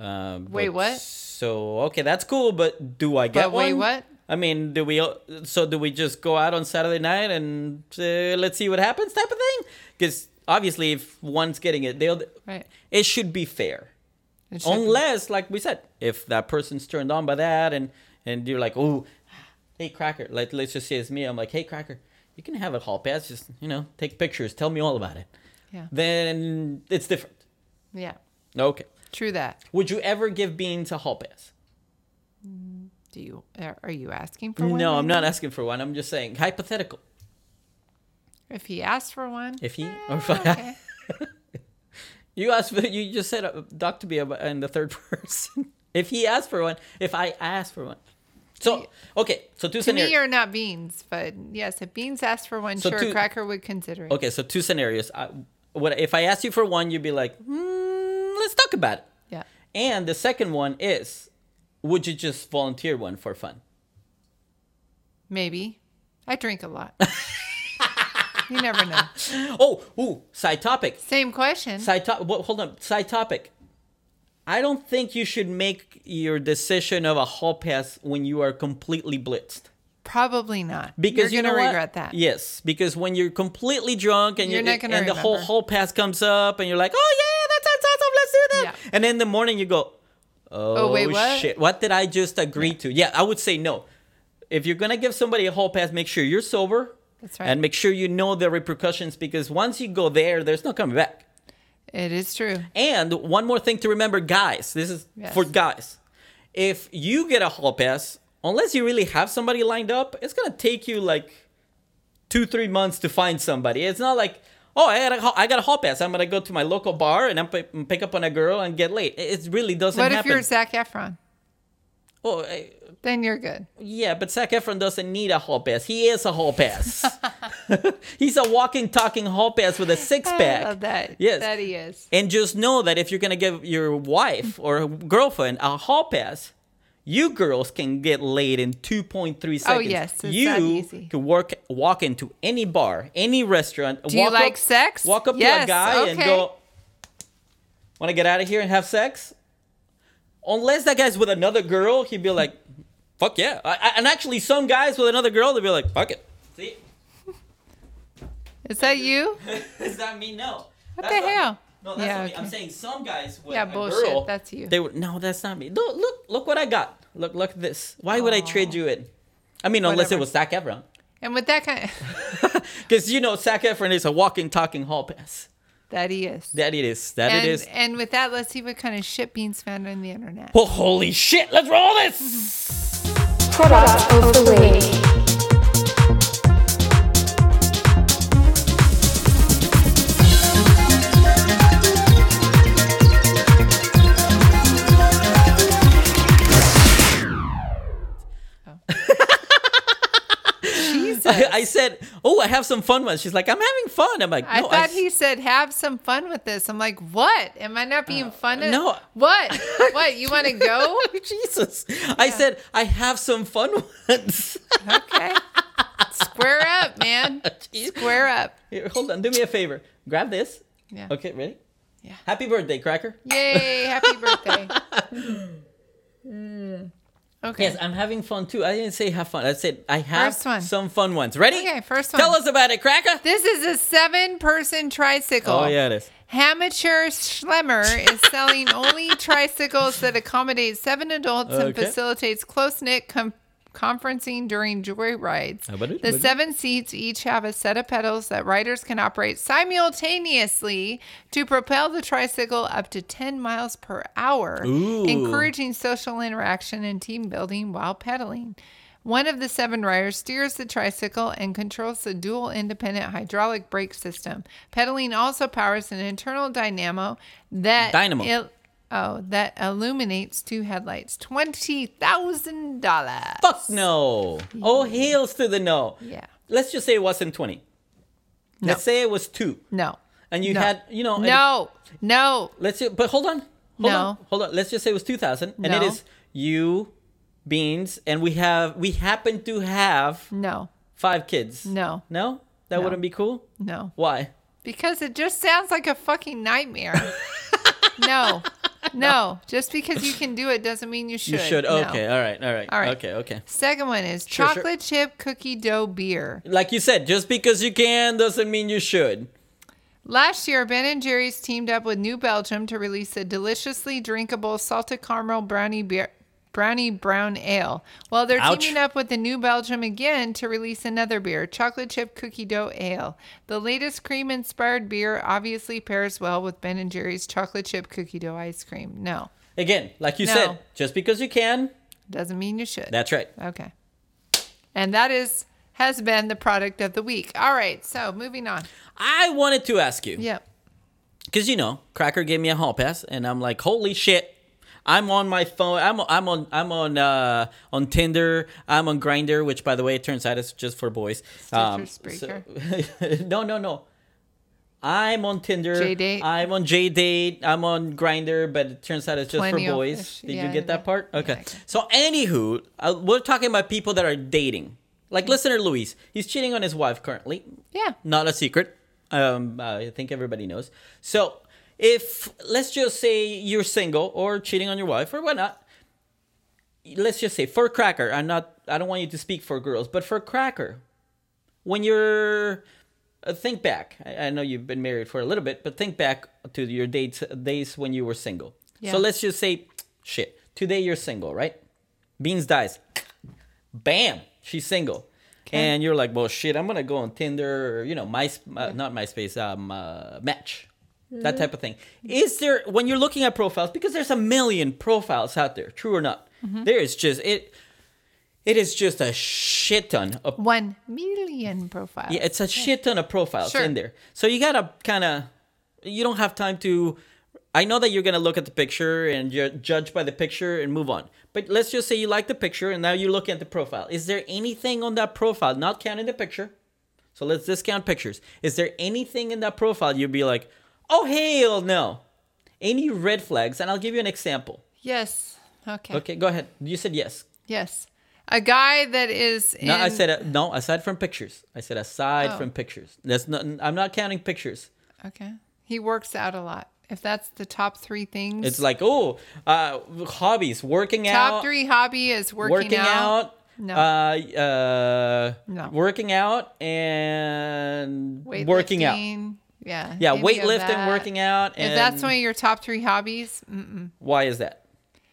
Speaker 2: uh,
Speaker 3: Wait,
Speaker 2: but-
Speaker 3: what?
Speaker 2: So, okay, that's cool, but do I get
Speaker 3: But wait,
Speaker 2: one?
Speaker 3: what?
Speaker 2: I mean, do we, uh, so do we just go out on Saturday night and uh, let's see what happens type of thing? Because obviously, if one's getting it, they'll,
Speaker 3: Right.
Speaker 2: it should be fair.
Speaker 3: It should be-
Speaker 2: Unless, like we said, if that person's turned on by that and, and you're like, oh, hey, Cracker, like, let's just say it's me. I'm like, hey, Cracker, you can have a hall pass. Just, you know, take pictures. Tell me all about it
Speaker 3: Yeah.
Speaker 2: then it's different.
Speaker 3: Yeah.
Speaker 2: Okay.
Speaker 3: True that.
Speaker 2: Would you ever give Beans a hall pass?
Speaker 3: Do you are are you asking for one?
Speaker 2: No,
Speaker 3: right
Speaker 2: I'm
Speaker 3: now?
Speaker 2: not asking for one. I'm just saying hypothetical.
Speaker 3: If he asked for one,
Speaker 2: If he or if I,
Speaker 3: Eh, okay.
Speaker 2: you asked, for, you just said uh, Doc to be ab- in the third person. if he asked for one, if I asked for one, so okay, so two
Speaker 3: to me
Speaker 2: scenarios.
Speaker 3: are not beans, but yes, if beans asked for one,
Speaker 2: So
Speaker 3: sure,
Speaker 2: two-
Speaker 3: cracker would consider it.
Speaker 2: Okay, so two scenarios. I, what if I asked you for one, you'd be like, mm, let's talk about it.
Speaker 3: Yeah.
Speaker 2: And the second one is, would you just volunteer one for fun?
Speaker 3: Maybe. I drink a lot. you never know.
Speaker 2: Oh, ooh, side topic.
Speaker 3: Same question.
Speaker 2: Side topic. Well, hold on. Side topic. I don't think you should make your decision of a hall pass when you are completely blitzed.
Speaker 3: Probably not.
Speaker 2: Because
Speaker 3: you're
Speaker 2: you know
Speaker 3: gonna
Speaker 2: what?
Speaker 3: regret that.
Speaker 2: Yes, because when you're completely drunk and
Speaker 3: You're
Speaker 2: you-
Speaker 3: not gonna
Speaker 2: and the whole
Speaker 3: remember.
Speaker 2: hall pass comes up and you're like, oh yeah, that sounds awesome. Let's do that.
Speaker 3: Yeah.
Speaker 2: And then in the morning you go, oh,
Speaker 3: wait, what?"
Speaker 2: shit, what did I just agree to? Yeah, I would say no. If you're gonna give somebody a hall pass, make sure you're sober.
Speaker 3: That's right.
Speaker 2: And make sure you know the repercussions because once you go there, there's no coming back.
Speaker 3: It is true.
Speaker 2: And one more thing to remember, guys. This is
Speaker 3: Yes.
Speaker 2: for guys. If you get a hall pass, unless you really have somebody lined up, it's gonna take you like two, three months to find somebody. It's not like, oh, I got a, hall- I got a hall pass. I'm gonna go to my local bar and I'm p- pick up on a girl and get late. It it really doesn't
Speaker 3: What if
Speaker 2: happen.
Speaker 3: you're Zach Efron?
Speaker 2: oh, I-
Speaker 3: Then you're good.
Speaker 2: yeah, but Zac Efron doesn't need a hall pass. He is a hall pass. He's a walking, talking hall pass with a six pack.
Speaker 3: I love that.
Speaker 2: Yes.
Speaker 3: That he is.
Speaker 2: And just know that if you're gonna give your wife or girlfriend a hall pass, you girls can get laid in 2.3 seconds.
Speaker 3: Oh, yes, it's
Speaker 2: you
Speaker 3: that easy.
Speaker 2: can work walk into any bar, any restaurant.
Speaker 3: Do you
Speaker 2: walk
Speaker 3: like
Speaker 2: up-
Speaker 3: sex?
Speaker 2: Walk up to
Speaker 3: Yes,
Speaker 2: a guy and
Speaker 3: okay.
Speaker 2: go, "Want to get out of here and have sex?" Unless that guy's with another girl, he'd be like, "Fuck yeah!" I, I- and actually, some guys with another girl, they'd be like, "Fuck it." See,
Speaker 3: Is that you?
Speaker 2: does that mean no?
Speaker 3: What the hell?
Speaker 2: No, that's
Speaker 3: Yeah,
Speaker 2: what I mean. I'm
Speaker 3: okay.
Speaker 2: saying some guys with
Speaker 3: Yeah,
Speaker 2: a
Speaker 3: bullshit.
Speaker 2: girl,
Speaker 3: That's you.
Speaker 2: They were no, that's not me. Look, look, look what I got. Look, look at this. Why would I trade you in? I mean, unless it
Speaker 3: Whatever.
Speaker 2: was Zac Efron,
Speaker 3: And with that kind
Speaker 2: because you know Zac Efron is a walking, talking hall pass.
Speaker 3: that he is.
Speaker 2: That it is. That
Speaker 3: and,
Speaker 2: it is.
Speaker 3: and with that, let's see what kind of shit beans found on the internet.
Speaker 2: Well, holy shit! Let's roll this.
Speaker 1: Product of the week.
Speaker 2: I, I said, "Oh, I have some fun ones." She's like, "I'm having fun." I'm like, no,
Speaker 3: I thought
Speaker 2: s-
Speaker 3: he said, "Have some fun with this." I'm like, "What? Am I not being fun?" at-
Speaker 2: Uh, no.
Speaker 3: What? what? You want to go?
Speaker 2: Jesus. I said, "I have some fun ones."
Speaker 3: Okay. Square up, man. Square up.
Speaker 2: Here, hold on. Do me a favor. Grab this.
Speaker 3: Yeah.
Speaker 2: Okay, ready?
Speaker 3: Yeah.
Speaker 2: Happy birthday, Cracker.
Speaker 3: Yay! Happy birthday. Mm. Okay.
Speaker 2: Yes, I'm having fun too. I didn't say have fun. I said I have
Speaker 3: First one.
Speaker 2: some fun ones. Ready?
Speaker 3: Okay, first
Speaker 2: Tell
Speaker 3: one.
Speaker 2: us about it, Cracker.
Speaker 3: This is a seven-person tricycle.
Speaker 2: Oh yeah, it is.
Speaker 3: Hamateur Schlemmer is selling only tricycles that accommodate seven adults and
Speaker 2: Okay.
Speaker 3: facilitates close knit com- conferencing during joyrides.
Speaker 2: Ah, but it-
Speaker 3: The
Speaker 2: but it-
Speaker 3: seven seats each have a set of pedals that riders can operate simultaneously to propel the tricycle up to 10 miles per hour,
Speaker 2: Ooh.
Speaker 3: encouraging social interaction and team building while pedaling. One of the seven riders steers the tricycle and controls the dual independent hydraulic brake system. Pedaling also powers an internal dynamo that
Speaker 2: Dynamo.
Speaker 3: il- oh, that illuminates two headlights. Twenty thousand dollars.
Speaker 2: Fuck no. Oh, hails to the no.
Speaker 3: Yeah.
Speaker 2: Let's just say it wasn't 20. Let's say it was two.
Speaker 3: No.
Speaker 2: And you
Speaker 3: No.
Speaker 2: had, you know. and-
Speaker 3: No. No.
Speaker 2: let's say, but hold on. Hold
Speaker 3: No.
Speaker 2: on. Hold on. Let's just say it was 2000. And it
Speaker 3: No.
Speaker 2: is you, Beans, and we have, we happen to have
Speaker 3: No.
Speaker 2: five kids.
Speaker 3: No.
Speaker 2: No? That
Speaker 3: No.
Speaker 2: wouldn't be cool?
Speaker 3: No.
Speaker 2: Why?
Speaker 3: Because it just sounds like a fucking nightmare. no. No. Just because you can do it doesn't mean you should.
Speaker 2: You should.
Speaker 3: No.
Speaker 2: Okay. All right. All right.
Speaker 3: All right.
Speaker 2: Okay. Okay.
Speaker 3: Second one is
Speaker 2: Sure, sure.
Speaker 3: chocolate chip cookie dough beer.
Speaker 2: Like you said, just because you can doesn't mean you should.
Speaker 3: Last year, Ben and Jerry's teamed up with New Belgium to release a deliciously drinkable salted caramel brownie beer. Brownie brown ale. Well, they're
Speaker 2: Ouch.
Speaker 3: teaming up with the New Belgium again to release another beer, chocolate chip cookie dough ale. The latest cream-inspired beer obviously pairs well with Ben and Jerry's chocolate chip cookie dough ice cream. No,
Speaker 2: Again, like you
Speaker 3: No.
Speaker 2: said, just because you can,
Speaker 3: doesn't mean you should.
Speaker 2: that's right.
Speaker 3: okay. And that is has been the product of the week. All right, so moving on.
Speaker 2: I wanted to ask you.
Speaker 3: Yep.
Speaker 2: because you know cracker gave me a hall pass and i'm like holy shit i'm on my phone i'm, I'm on i'm on uh on tinder i'm on grinder which by the way it turns out it's just for boys Um,
Speaker 3: Stitcher,
Speaker 2: so- no no no i'm on tinder
Speaker 3: J-Date.
Speaker 2: i'm on j-date i'm on grinder but it turns out it's just
Speaker 3: Plenty
Speaker 2: for
Speaker 3: of
Speaker 2: boys
Speaker 3: fish.
Speaker 2: did
Speaker 3: Yeah,
Speaker 2: you get
Speaker 3: yeah.
Speaker 2: that part okay
Speaker 3: I did.
Speaker 2: so anywho uh, we're talking about people that are dating like
Speaker 3: Mm-hmm.
Speaker 2: listener luis he's cheating on his wife currently
Speaker 3: Yeah.
Speaker 2: not a secret. Um, I think everybody knows. So, if let's just say you're single or cheating on your wife or whatnot, let's just say for cracker, I'm not. I don't want you to speak for girls, but for cracker, when you're uh, think back. I, I know you've been married for a little bit, but think back to your dates days when you were single.
Speaker 3: Yeah.
Speaker 2: So let's just say, shit. Today you're single, right? Beans dies. Bam, she's single. And you're like, well, shit, I'm gonna go on Tinder, or, you know, my uh, not MySpace, um, uh, Match, that type of thing. Is there when you're looking at profiles because there's a million profiles out there, true or not? There is just it. It is just a shit ton of
Speaker 3: One million profiles.
Speaker 2: yeah, it's a shit ton of profiles
Speaker 3: Sure.
Speaker 2: in there. So you gotta kind of, you don't have time to. I know that you're gonna look at the picture and ju- judge by the picture and move on. But let's just say you like the picture and now you look at the profile. Is there anything on that profile, not counting the picture? So let's discount pictures. Is there anything in that profile you'd be like, oh hell no? Any red flags? And I'll give you an example.
Speaker 3: Yes. Okay.
Speaker 2: Okay, go ahead. You said yes.
Speaker 3: Yes. A guy that is in
Speaker 2: No, I said uh, no. Aside from pictures, I said aside
Speaker 3: Oh.
Speaker 2: from pictures. That's not. I'm not counting pictures.
Speaker 3: Okay. He works out a lot. If that's the top three things.
Speaker 2: It's like, oh, uh, hobbies, working out,
Speaker 3: top three hobby is working,
Speaker 2: working
Speaker 3: out.
Speaker 2: out,
Speaker 3: No.
Speaker 2: uh, uh,
Speaker 3: No.
Speaker 2: working out and working out.
Speaker 3: weightlifting. Yeah.
Speaker 2: Yeah,
Speaker 3: any of
Speaker 2: weightlifting,
Speaker 3: that.
Speaker 2: working out, and
Speaker 3: If that's one of your top three hobbies, mm,
Speaker 2: why is that?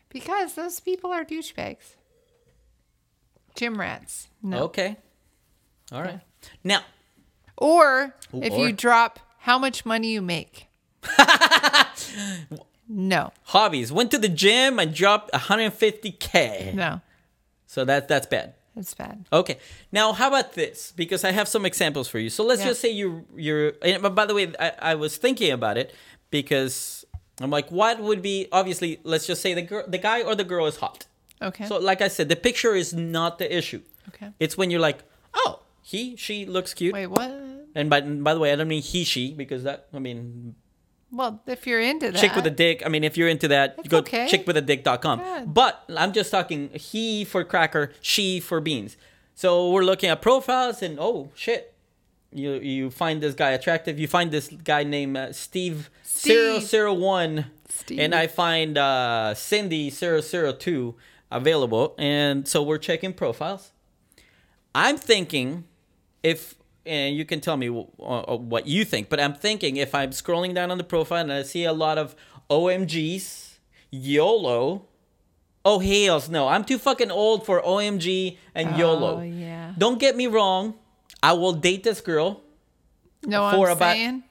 Speaker 3: because those people are douchebags. Gym rats. No.
Speaker 2: Okay, all right. Now,
Speaker 3: Or if
Speaker 2: or-
Speaker 3: you drop how much money you make. no.
Speaker 2: hobbies. Went to the gym and dropped 150k.
Speaker 3: No.
Speaker 2: So that that's bad.
Speaker 3: That's bad.
Speaker 2: Okay. Now, how about this? Because I have some examples for you. So let's
Speaker 3: Yeah.
Speaker 2: just say you you're. And but by the way, I, I was thinking about it because I'm like, what would be obviously? Let's just say the girl, the guy or the girl is hot.
Speaker 3: Okay.
Speaker 2: So, like I said, the picture is not the issue.
Speaker 3: Okay.
Speaker 2: It's when you're like, oh, he she looks cute.
Speaker 3: Wait, what?
Speaker 2: And by by the way, I don't mean he she because that I mean
Speaker 3: Well, if you're into that.
Speaker 2: chick with a dick. I mean, if you're into that,
Speaker 3: That's
Speaker 2: go
Speaker 3: okay.
Speaker 2: chick with a dick.com.
Speaker 3: Good.
Speaker 2: But I'm just talking he for cracker, she for beans. So we're looking at profiles and oh shit. You you find this guy attractive. You find this guy named uh, Steve,
Speaker 3: Steve.
Speaker 2: 001
Speaker 3: Steve.
Speaker 2: and I find uh, Cindy 002 available and so we're checking profiles. I'm thinking if and you can tell me wh- uh, what you think, but I'm thinking if I'm scrolling down on the profile and I see a lot of OMGs, YOLO, Oh heels, no! I'm too fucking old for OMG and YOLO.
Speaker 3: yeah.
Speaker 2: Don't get me wrong. I will date this girl.
Speaker 3: No,
Speaker 2: For
Speaker 3: I'm
Speaker 2: about-
Speaker 3: saying.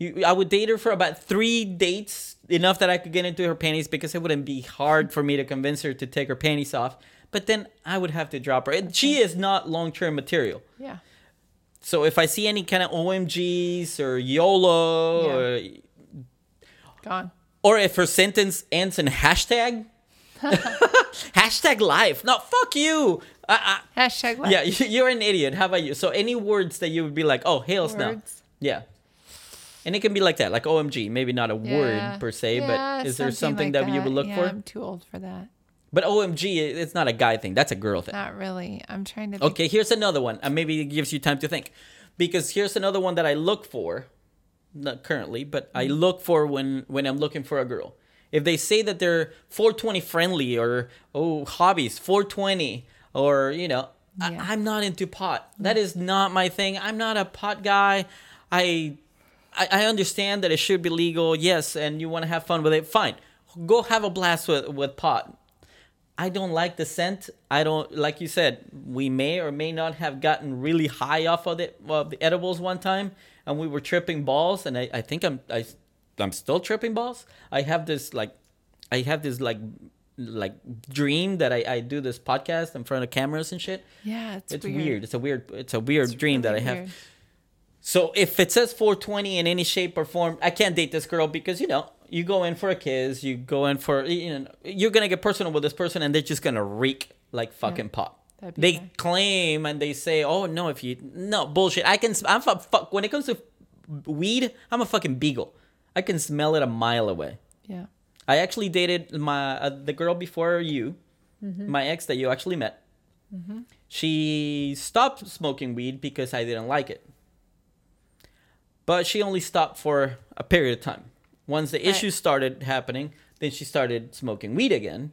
Speaker 2: You, I would date her for about three dates, enough that I could get into her panties because it wouldn't be hard for me to convince her to take her panties off. But then I would have to drop her. And She is not long term material.
Speaker 3: Yeah.
Speaker 2: So if I see any kind of OMGs or YOLO,
Speaker 3: Gone.
Speaker 2: or, or if her sentence ends in hashtag, hashtag life. No, fuck you. I,
Speaker 3: Hashtag
Speaker 2: I,
Speaker 3: what?
Speaker 2: yeah, you- you're an idiot. How about you? So any words that you would be like, oh, hails now.
Speaker 3: Words.
Speaker 2: Yeah. And it can be like that, like OMG, maybe not a E word per se,
Speaker 3: Yeah,
Speaker 2: but is there something
Speaker 3: like
Speaker 2: that, you would look
Speaker 3: yeah,
Speaker 2: for?
Speaker 3: I'm too old for that.
Speaker 2: But OMG, it- it's not a guy thing. That's a girl thing.
Speaker 3: Not really. I'm trying to. think-
Speaker 2: Okay, here's another one. And maybe it gives you time to think. Because here's another one that I look for, not currently, but I look for when when I'm looking for a girl. If they say that they're 420 friendly or oh hobbies 420 or you know
Speaker 3: Yeah.
Speaker 2: I, I'm not into pot. That is not my thing. I'm not a pot guy. I I, I understand that it should be legal, yes, and you want to have fun with it. Fine, go have a blast with with pot. I don't like the scent. I don't like you said. We may or may not have gotten really high off of the of the edibles one time, and we were tripping balls. And I, I think I'm I, I'm still tripping balls. I have this like, I have this like like dream that I, I do this podcast in front of cameras and shit.
Speaker 3: Yeah, it's,
Speaker 2: It's
Speaker 3: weird.
Speaker 2: weird. It's a weird it's a weird dream that I
Speaker 3: really
Speaker 2: have.
Speaker 3: weird.
Speaker 2: So if it says 420 in any shape or form, I can't date this girl because you know you go in for a kiss, you go in for you know you're gonna get personal with this person, and they're just gonna reek like fucking pop.
Speaker 3: That'd be
Speaker 2: They
Speaker 3: fair.
Speaker 2: claim and they say, "Oh no, if you no bullshit, I can. sm- I'm a fuck when it comes to weed. I'm a fucking beagle. I can smell it a mile away.
Speaker 3: Yeah.
Speaker 2: I actually dated my uh, the girl before you, my ex that you actually met. She stopped smoking weed because I didn't like it. But she only stopped for a period of time. Once the issues started happening, then she started smoking weed again.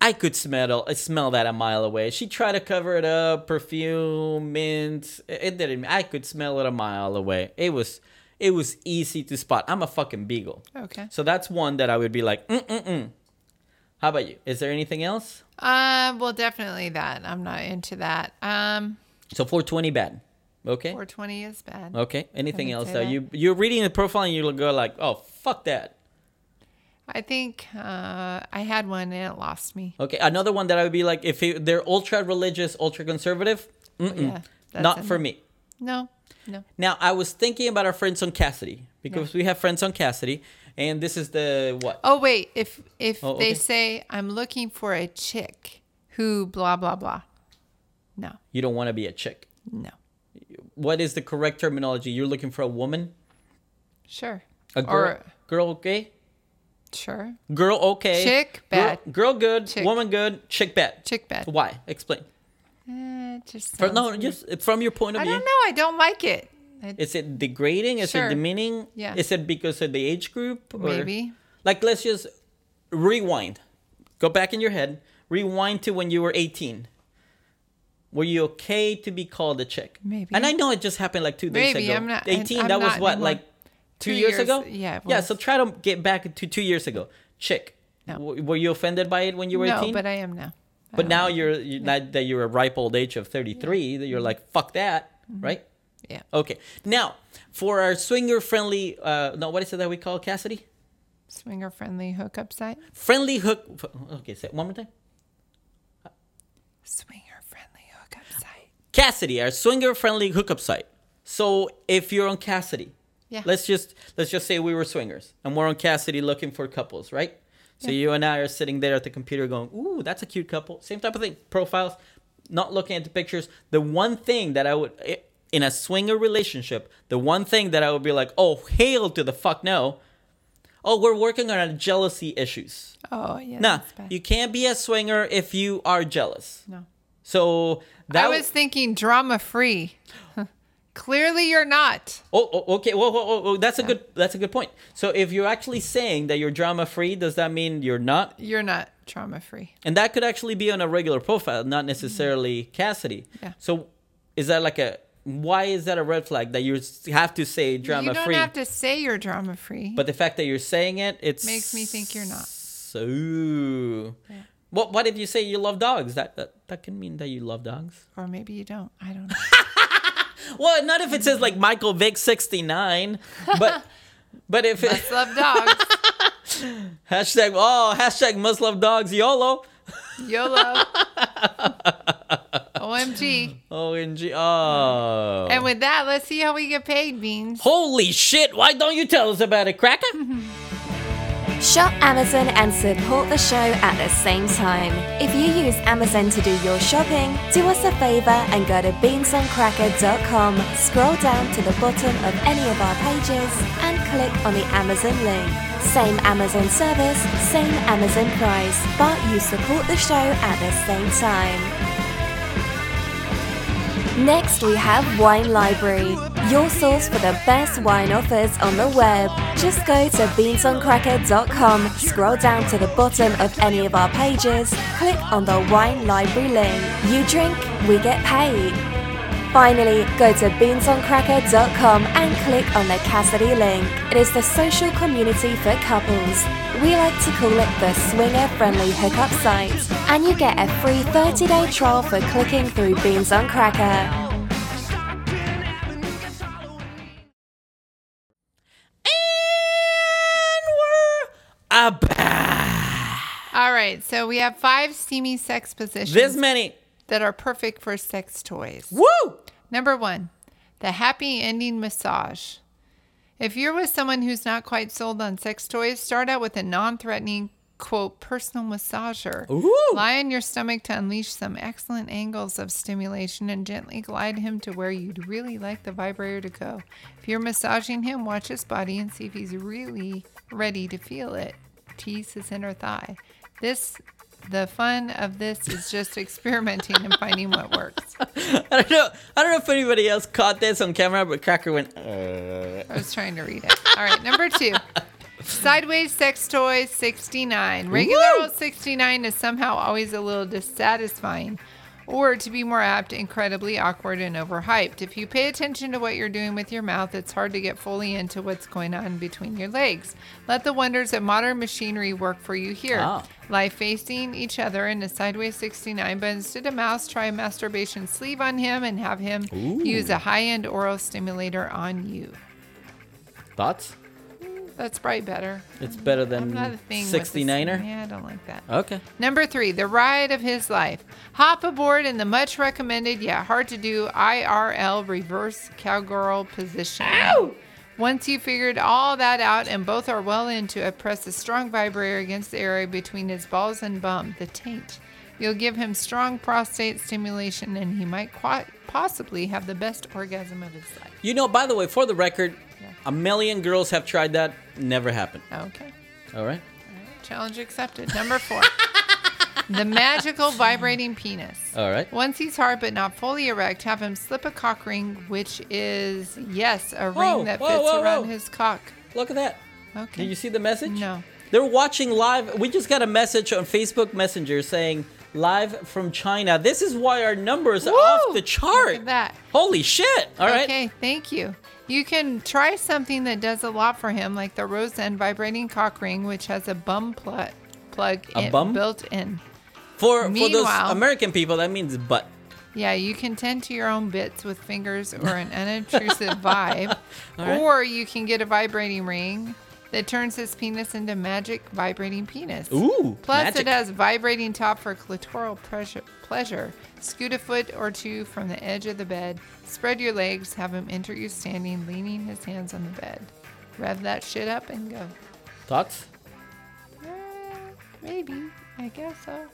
Speaker 2: I could smell I smell that a mile away. She tried to cover it up, perfume, mint. It it didn't. I could smell it a mile away. It was, it was easy to spot. I'm a fucking beagle.
Speaker 3: Okay.
Speaker 2: So that's one that I would be like, mm mm mm. How about you? Is there anything else?
Speaker 3: Uh, well, definitely that. I'm not into that. Um,
Speaker 2: So 420 bad. Okay.
Speaker 3: 420 is bad.
Speaker 2: Okay. Anything
Speaker 3: would
Speaker 2: else
Speaker 3: say
Speaker 2: that
Speaker 3: that.
Speaker 2: you you're reading the profile and you'll go like, oh fuck that.
Speaker 3: I think uh, I had one and it lost me.
Speaker 2: Okay. Another one that I would be like, if it, they're ultra religious, ultra conservative, mm
Speaker 3: Yeah. that's
Speaker 2: not
Speaker 3: in
Speaker 2: for
Speaker 3: it.
Speaker 2: me.
Speaker 3: No. No.
Speaker 2: Now I was thinking about our friends on Cassidy because we have friends on Cassidy, and this is the what?
Speaker 3: Oh wait, if if
Speaker 2: Oh, okay.
Speaker 3: they say I'm looking for a chick who blah blah blah. No.
Speaker 2: You don't want to be a chick.
Speaker 3: No.
Speaker 2: What is the correct terminology? You're looking for a woman,
Speaker 3: Sure.
Speaker 2: a girl,
Speaker 3: Or
Speaker 2: girl, okay,
Speaker 3: sure.
Speaker 2: girl, okay,
Speaker 3: Chick,
Speaker 2: Girl-
Speaker 3: bad.
Speaker 2: girl, good,
Speaker 3: Chick.
Speaker 2: woman, good, chick, bad,
Speaker 3: Chick bad.
Speaker 2: Why? Explain.
Speaker 3: Eh, it just
Speaker 2: From, no,
Speaker 3: sounds-
Speaker 2: just from your point of
Speaker 3: I
Speaker 2: view.
Speaker 3: don't know. I don't like it. I-
Speaker 2: Is it degrading? Is
Speaker 3: Sure.
Speaker 2: it demeaning?
Speaker 3: Yeah.
Speaker 2: Is it because of the age group? Or,
Speaker 3: Maybe.
Speaker 2: Like, let's just rewind. Go back in your head. Rewind to when you were 18. Were you okay to be called a chick?
Speaker 3: Maybe.
Speaker 2: And I know it just happened like two days
Speaker 3: Maybe,
Speaker 2: ago.
Speaker 3: I'm not- I-
Speaker 2: 18,
Speaker 3: I'm
Speaker 2: that was
Speaker 3: not
Speaker 2: what,
Speaker 3: anymore.
Speaker 2: like two, years, ago?
Speaker 3: yeah, it
Speaker 2: Yeah,
Speaker 3: was.
Speaker 2: so try to get back to two years ago. Chick.
Speaker 3: No.
Speaker 2: W- were you offended by it when you were
Speaker 3: no,
Speaker 2: 18?
Speaker 3: but I am now. I
Speaker 2: But
Speaker 3: don't
Speaker 2: now
Speaker 3: like it.
Speaker 2: you're, you not that you're a ripe old age of 33, that you're like, fuck that,
Speaker 3: Mm-hmm.
Speaker 2: right?
Speaker 3: Yeah.
Speaker 2: Okay. Now, for our swinger friendly, uh, no, what is it that we call Cassidy?
Speaker 3: Swinger friendly hookup site.
Speaker 2: Friendly hook. f- Okay, say it one more time.
Speaker 3: Swinger friendly hookup site.
Speaker 2: Cassidy, our swinger friendly hookup site. So if you're on Cassidy,
Speaker 3: Yeah.
Speaker 2: let's just let's just say we were swingers and we're on Cassidy looking for couples, right? So you and I are sitting there at the computer going, "Ooh, that's a cute couple." Same type of thing. Profiles, not looking at the pictures. The one thing that I would i- in a swinger relationship, the one thing that I would be like, "Oh, hail to the fuck no." Oh, we're working on our jealousy issues.
Speaker 3: Oh yeah.
Speaker 2: Nah,
Speaker 3: that's bad.
Speaker 2: you can't be a swinger if you are jealous.
Speaker 3: no.
Speaker 2: So that
Speaker 3: I was thinking drama free. Clearly, you're not.
Speaker 2: Oh, oh, okay. Whoa, whoa, whoa, whoa. That's a good. That's a good point. So if you're actually saying that you're drama free, does that mean you're not?
Speaker 3: You're not trauma free.
Speaker 2: And that could actually be on a regular profile, not necessarily Cassidy.
Speaker 3: Mm-hmm. Yeah.
Speaker 2: So is that like a? Why is that a red flag that you s- have to say drama
Speaker 3: you don't
Speaker 2: free?
Speaker 3: have to say you're drama free.
Speaker 2: but the fact that you're saying it, it
Speaker 3: Makes me think you're not.
Speaker 2: Ooh. What? What if you say you love dogs? That that, that can mean that you love dogs.
Speaker 3: Or maybe you don't. I don't know.
Speaker 2: Well, not if it says like Michael Vick sixty nine, but but if it,
Speaker 3: Must love dogs.
Speaker 2: hashtag oh hashtag must love dogs YOLO.
Speaker 3: YOLO. OMG.
Speaker 2: Omg. Oh.
Speaker 3: And with that, let's see how we get paid, Beans.
Speaker 2: Holy shit! Why don't you tell us about it, Cracker?
Speaker 1: Shop Amazon and support the show at the same time. If you use Amazon to do your shopping, do us a favor and go to beansoncracker.com, scroll down to the bottom of any of our pages, and click on the Amazon link. Same Amazon service, same Amazon price, but you support the show at the same time. Next, we have Wine Library, your source for the best wine offers on the web. Just go to beansoncracker.com, scroll down to the bottom of any of our pages, click on the Wine Library link. You drink, we get paid. Finally, go to beansoncracker.com and click on the Cassidy link. It is the social community for couples. We like to call it the swinger friendly hookup site. And you get a free 30 day trial for clicking through Beans on Cracker.
Speaker 2: And we're back.
Speaker 3: All right, so we have five steamy sex positions
Speaker 2: This many.
Speaker 3: that are perfect for sex toys.
Speaker 2: Woo!
Speaker 3: Number one, the happy ending massage. If you're with someone who's not quite sold on sex toys, start out with a non threatening, quote, personal massager.
Speaker 2: Ooh.
Speaker 3: Lie on your stomach to unleash some excellent angles of stimulation and gently glide him to where you'd really like the vibrator to go. If you're massaging him, watch his body and see if he's really ready to feel it. Tease his inner thigh. This, the fun of this is just experimenting and finding what works.
Speaker 2: I don't know. I don't know if anybody else caught this on camera, but Cracker went. "Uh."
Speaker 3: I was trying to read it. All right, number two. Sideways sex toys 69. Regular
Speaker 2: Woo!
Speaker 3: old 69 is somehow always a little dissatisfying, or to be more apt, incredibly awkward and overhyped. If you pay attention to what you're doing with your mouth, it's hard to get fully into what's going on between your legs. Let the wonders of modern machinery work for you here.
Speaker 2: Ah.
Speaker 3: Lie facing each other in a sideways 69, but instead of mouse, try a masturbation sleeve on him and have him use a high end oral stimulator on you.
Speaker 2: Thoughts?
Speaker 3: That's probably better.
Speaker 2: It's better
Speaker 3: I'm
Speaker 2: than
Speaker 3: not a thing. with the-
Speaker 2: 69er.
Speaker 3: Yeah, I don't like that.
Speaker 2: Okay.
Speaker 3: Number three, the ride of his life. Hop aboard in the much recommended yet hard to do IRL reverse cowgirl position. Once you figured all that out and both are well into it, press a strong vibrator against the area between his balls and bum, the taint. You'll give him strong prostate stimulation and he might quite possibly have the best orgasm of his life.
Speaker 2: You know, by the way, for the record, a million girls have tried that. Never happened.
Speaker 3: Okay.
Speaker 2: All right.
Speaker 3: Challenge accepted. Number four. the magical vibrating penis.
Speaker 2: All right.
Speaker 3: Once he's hard but not fully erect, have him slip a cock ring, which is, yes, a
Speaker 2: Whoa,
Speaker 3: ring that
Speaker 2: whoa,
Speaker 3: fits
Speaker 2: whoa,
Speaker 3: around
Speaker 2: whoa.
Speaker 3: his cock.
Speaker 2: Look at that.
Speaker 3: Okay.
Speaker 2: Did you see the message?
Speaker 3: No.
Speaker 2: They're watching live. We just got a message on Facebook Messenger saying live from China. This is why our numbers are
Speaker 3: Woo!
Speaker 2: off the chart.
Speaker 3: Look at that.
Speaker 2: Holy shit. All right.
Speaker 3: Okay, thank you. You can try something that does a lot for him, like the Rose End vibrating cock ring, which has a bum pl- plug
Speaker 2: A
Speaker 3: in-
Speaker 2: bum?
Speaker 3: built in.
Speaker 2: For for
Speaker 3: Meanwhile-
Speaker 2: those American people, that means butt.
Speaker 3: Yeah, you can tend to your own bits with fingers or an unobtrusive vibe,
Speaker 2: right.
Speaker 3: or you can get a vibrating ring that turns his penis into magic vibrating penis.
Speaker 2: Ooh.
Speaker 3: Plus,
Speaker 2: magic.
Speaker 3: it has vibrating top for clitoral pressure, pleasure. Scoot a foot or two from the edge of the bed. Spread your legs. Have him enter you standing, leaning his hands on the bed. Rev that shit up and go.
Speaker 2: Thoughts?
Speaker 3: "Eh, maybe. I guess so.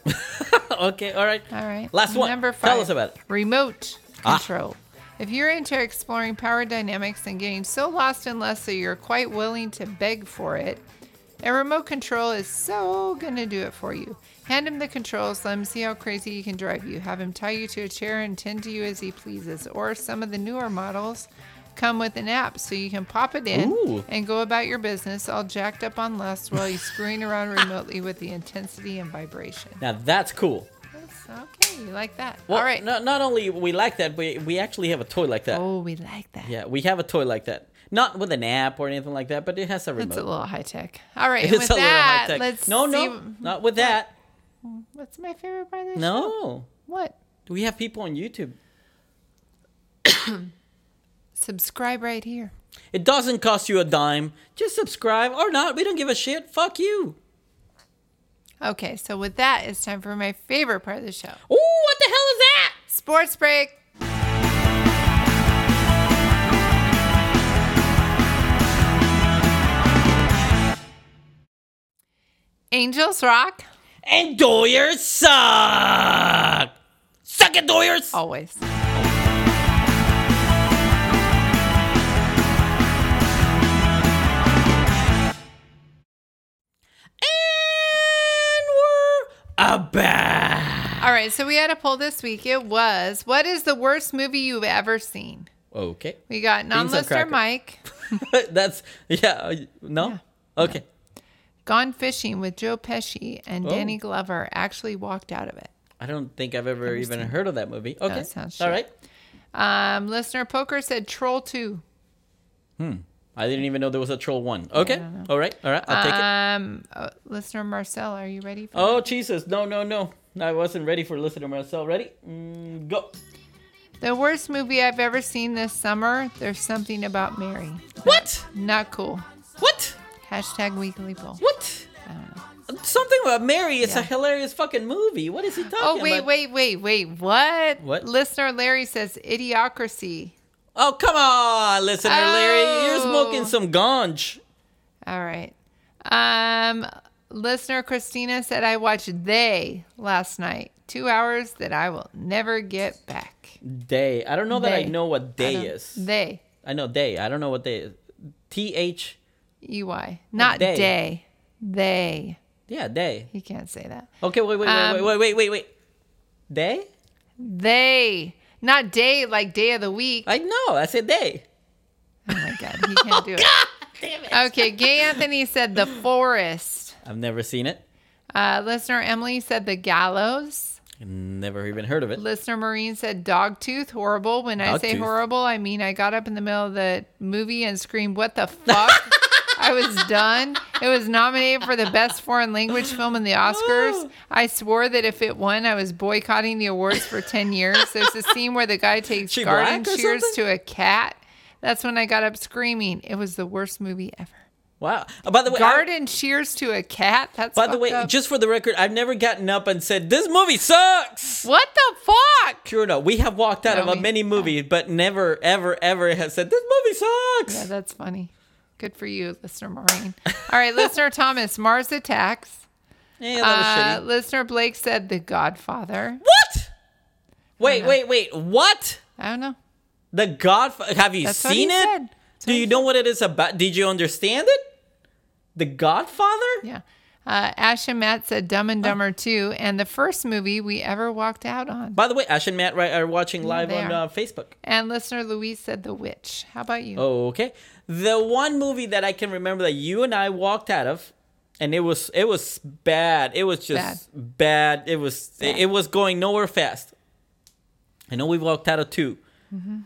Speaker 2: okay. All right.
Speaker 3: All right.
Speaker 2: Last one.
Speaker 3: Number five.
Speaker 2: Tell us about it.
Speaker 3: Remote
Speaker 2: Ah.
Speaker 3: control. If you're into exploring power dynamics and getting so lost in lust that you're quite willing to beg for it, a remote control is so gonna do it for you. Hand him the controls, let him see how crazy he can drive you. Have him tie you to a chair and tend to you as he pleases. Or some of the newer models come with an app so you can pop it in
Speaker 2: Ooh.
Speaker 3: and go about your business all jacked up on lust while you're screwing around remotely with the intensity and vibration.
Speaker 2: Now that's cool.
Speaker 3: That's okay, you like that.
Speaker 2: Well,
Speaker 3: all right.
Speaker 2: no- Not, only we like that, but we actually have a toy like that.
Speaker 3: Oh, we like that.
Speaker 2: Yeah, we have a toy like that. Not with an app or anything like that, but it has a remote.
Speaker 3: It's a little high tech. All right, and
Speaker 2: It's
Speaker 3: with
Speaker 2: a little
Speaker 3: that,
Speaker 2: high-tech.
Speaker 3: let's
Speaker 2: no,
Speaker 3: see,
Speaker 2: no, not with that.
Speaker 3: What's my favorite part of this? show?
Speaker 2: No,
Speaker 3: What?
Speaker 2: we have people on YouTube.
Speaker 3: Subscribe right here.
Speaker 2: It doesn't cost you a dime. Just subscribe or not. We don't give a shit. Fuck you.
Speaker 3: Okay, so with that, it's time for my favorite part of the show.
Speaker 2: Ooh, what the hell is that?
Speaker 3: Sports break. Angels rock
Speaker 2: And Doyers suck. Suck it, Doyers.
Speaker 3: always.
Speaker 2: And we're back.
Speaker 3: All right, so we had a poll this week. It was what is the worst movie you've ever seen?
Speaker 2: Okay.
Speaker 3: We got non-lister
Speaker 2: Cracker.
Speaker 3: Mike,
Speaker 2: That's yeah. uh, No.
Speaker 3: Yeah.
Speaker 2: Okay.
Speaker 3: Gone Fishing with Joe Pesci
Speaker 2: Oh.
Speaker 3: and Danny Glover actually walked out of it.
Speaker 2: I don't think I've ever even heard of that movie. Okay.
Speaker 3: it sounds
Speaker 2: All
Speaker 3: shit.
Speaker 2: right.
Speaker 3: Um, listener Poker said Troll 2.
Speaker 2: I didn't even know there was a troll one. Okay. All right. All right. I'll take it.
Speaker 3: Um, uh, listener Marcel, are you ready for
Speaker 2: Oh Jesus! No, no, no! I wasn't ready for listener Marcel. Ready? Mm, go.
Speaker 3: The worst movie I've ever seen this summer. There's something about Mary.
Speaker 2: What?
Speaker 3: Not cool.
Speaker 2: What?
Speaker 3: Hashtag weekly poll.
Speaker 2: What?
Speaker 3: I don't know.
Speaker 2: Something about Mary. It's a
Speaker 3: Yeah.
Speaker 2: hilarious fucking movie. What is he talking about?
Speaker 3: Oh wait, wait, wait, wait. What?
Speaker 2: What?
Speaker 3: Listener Larry says idiocracy.
Speaker 2: Oh come on, listener Larry, you're
Speaker 3: Oh.
Speaker 2: smoking some ganj.
Speaker 3: All right. Um, listener Christina said I watched They last night. Two hours that I will never get back.
Speaker 2: Day. I don't know that I
Speaker 3: They.
Speaker 2: know what
Speaker 3: I
Speaker 2: day
Speaker 3: don't-
Speaker 2: is.
Speaker 3: They.
Speaker 2: I know day. I don't know what day. is. T H.
Speaker 3: E Y. Not
Speaker 2: They.
Speaker 3: day. They.
Speaker 2: Yeah, day.
Speaker 3: He can't say that.
Speaker 2: Okay, wait, wait,
Speaker 3: Um,
Speaker 2: wait, wait, wait, wait, wait. Day?
Speaker 3: They. Not day like day of the week.
Speaker 2: I know. I said day.
Speaker 3: Oh my god, he can't do it. Okay, Gay Anthony said the forest.
Speaker 2: I've never seen it.
Speaker 3: Uh, listener Emily said the gallows.
Speaker 2: Never even heard of it.
Speaker 3: Listener Marine said dogtooth, horrible. When I
Speaker 2: Dog
Speaker 3: say
Speaker 2: tooth.
Speaker 3: horrible, I mean I got up in the middle of the movie and screamed, "What the fuck!" I was done. It was nominated for the best foreign language film in the Oscars. I swore that if it won, I was boycotting the awards for ten years. There's a scene where the guy takes
Speaker 2: She
Speaker 3: garden
Speaker 2: black or
Speaker 3: shears
Speaker 2: something?
Speaker 3: to a cat. That's when I got up screaming. It was the worst movie ever.
Speaker 2: Wow. Uh, by the way, I-
Speaker 3: Garden shears to a cat. That's
Speaker 2: by the way,
Speaker 3: fucked up.
Speaker 2: just for the record, I've never gotten up and said this movie sucks.
Speaker 3: what the fuck?
Speaker 2: Sure enough, we have walked out
Speaker 3: No,
Speaker 2: of a
Speaker 3: we-
Speaker 2: many movie, but never, ever, ever has said this movie sucks.
Speaker 3: Yeah, that's funny. Good for you, listener Maureen. All right, listener Thomas, Mars attacks.
Speaker 2: Yeah, that
Speaker 3: Uh,
Speaker 2: was shitty.
Speaker 3: listener Blake said The Godfather.
Speaker 2: What? Wait, wait, wait. What?
Speaker 3: I don't know.
Speaker 2: The Godfather. Have you
Speaker 3: That's what
Speaker 2: seen
Speaker 3: he
Speaker 2: it?
Speaker 3: said. That's
Speaker 2: Do
Speaker 3: what he
Speaker 2: you know what it is about? Did you understand it? The Godfather?
Speaker 3: Yeah. Uh, Ash and Matt said Dumb and Dumber 2 and the first movie we ever walked out on.
Speaker 2: By the way, Ash and Matt right, are watching live
Speaker 3: they
Speaker 2: on
Speaker 3: are.
Speaker 2: uh, Facebook.
Speaker 3: And listener Louise said The Witch. How about
Speaker 2: Oh,
Speaker 3: you?
Speaker 2: Okay. The one movie that I can remember that you and I walked out of, and it was it was bad. It was just bad. It was It, it was going nowhere fast. I know we walked out of 2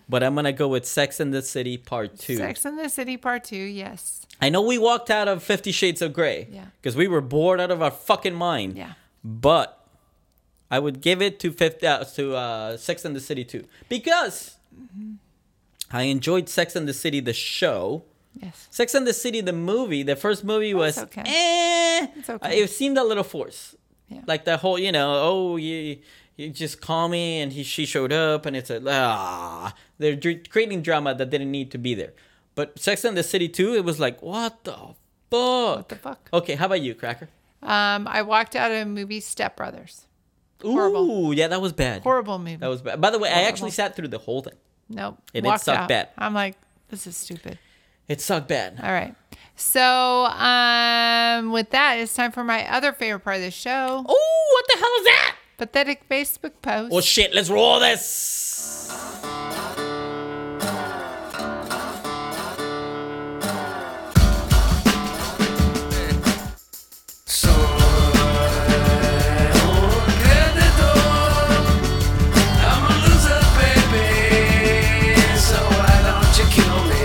Speaker 2: but I'm gonna go with Sex and the City Part Two.
Speaker 3: Mm-hmm. Sex and the City Part 2, yes.
Speaker 2: I know we walked out of Fifty Shades of Grey
Speaker 3: Yeah.
Speaker 2: because we were bored out of our fucking mind.
Speaker 3: Yeah.
Speaker 2: But I would give it to fifth uh, to uh, Sex and the City too because
Speaker 3: Mm-hmm.
Speaker 2: I enjoyed Sex and the City the show.
Speaker 3: Yes.
Speaker 2: Sex and the City the movie. The first movie was
Speaker 3: Oh, okay.
Speaker 2: eh.
Speaker 3: okay.
Speaker 2: Uh, It seemed a little forced.
Speaker 3: Yeah.
Speaker 2: Like the whole, you know, oh, you, you just call me and he she showed up and it's a ah. They're dr- creating drama that didn't need to be there. But Sex and the City too, it was like what the fuck. What
Speaker 3: the fuck?
Speaker 2: Okay, how about you, Cracker?
Speaker 3: Um, I walked out of a movie, Step Brothers.
Speaker 2: Ooh,
Speaker 3: Horrible.
Speaker 2: yeah, that was bad.
Speaker 3: Horrible movie.
Speaker 2: That was bad. By the way, I actually sat through the whole thing.
Speaker 3: Nope.
Speaker 2: It did
Speaker 3: Walked
Speaker 2: suck
Speaker 3: out.
Speaker 2: bad.
Speaker 3: I'm like, this is stupid.
Speaker 2: It sucked bad.
Speaker 3: All right. So, um, with that, it's time for my other favorite part of the show
Speaker 2: Oh, what the hell is that?
Speaker 3: pathetic Facebook post.
Speaker 2: Well, shit, let's roll this.
Speaker 6: I'm a loser, baby. So why don't you kill me?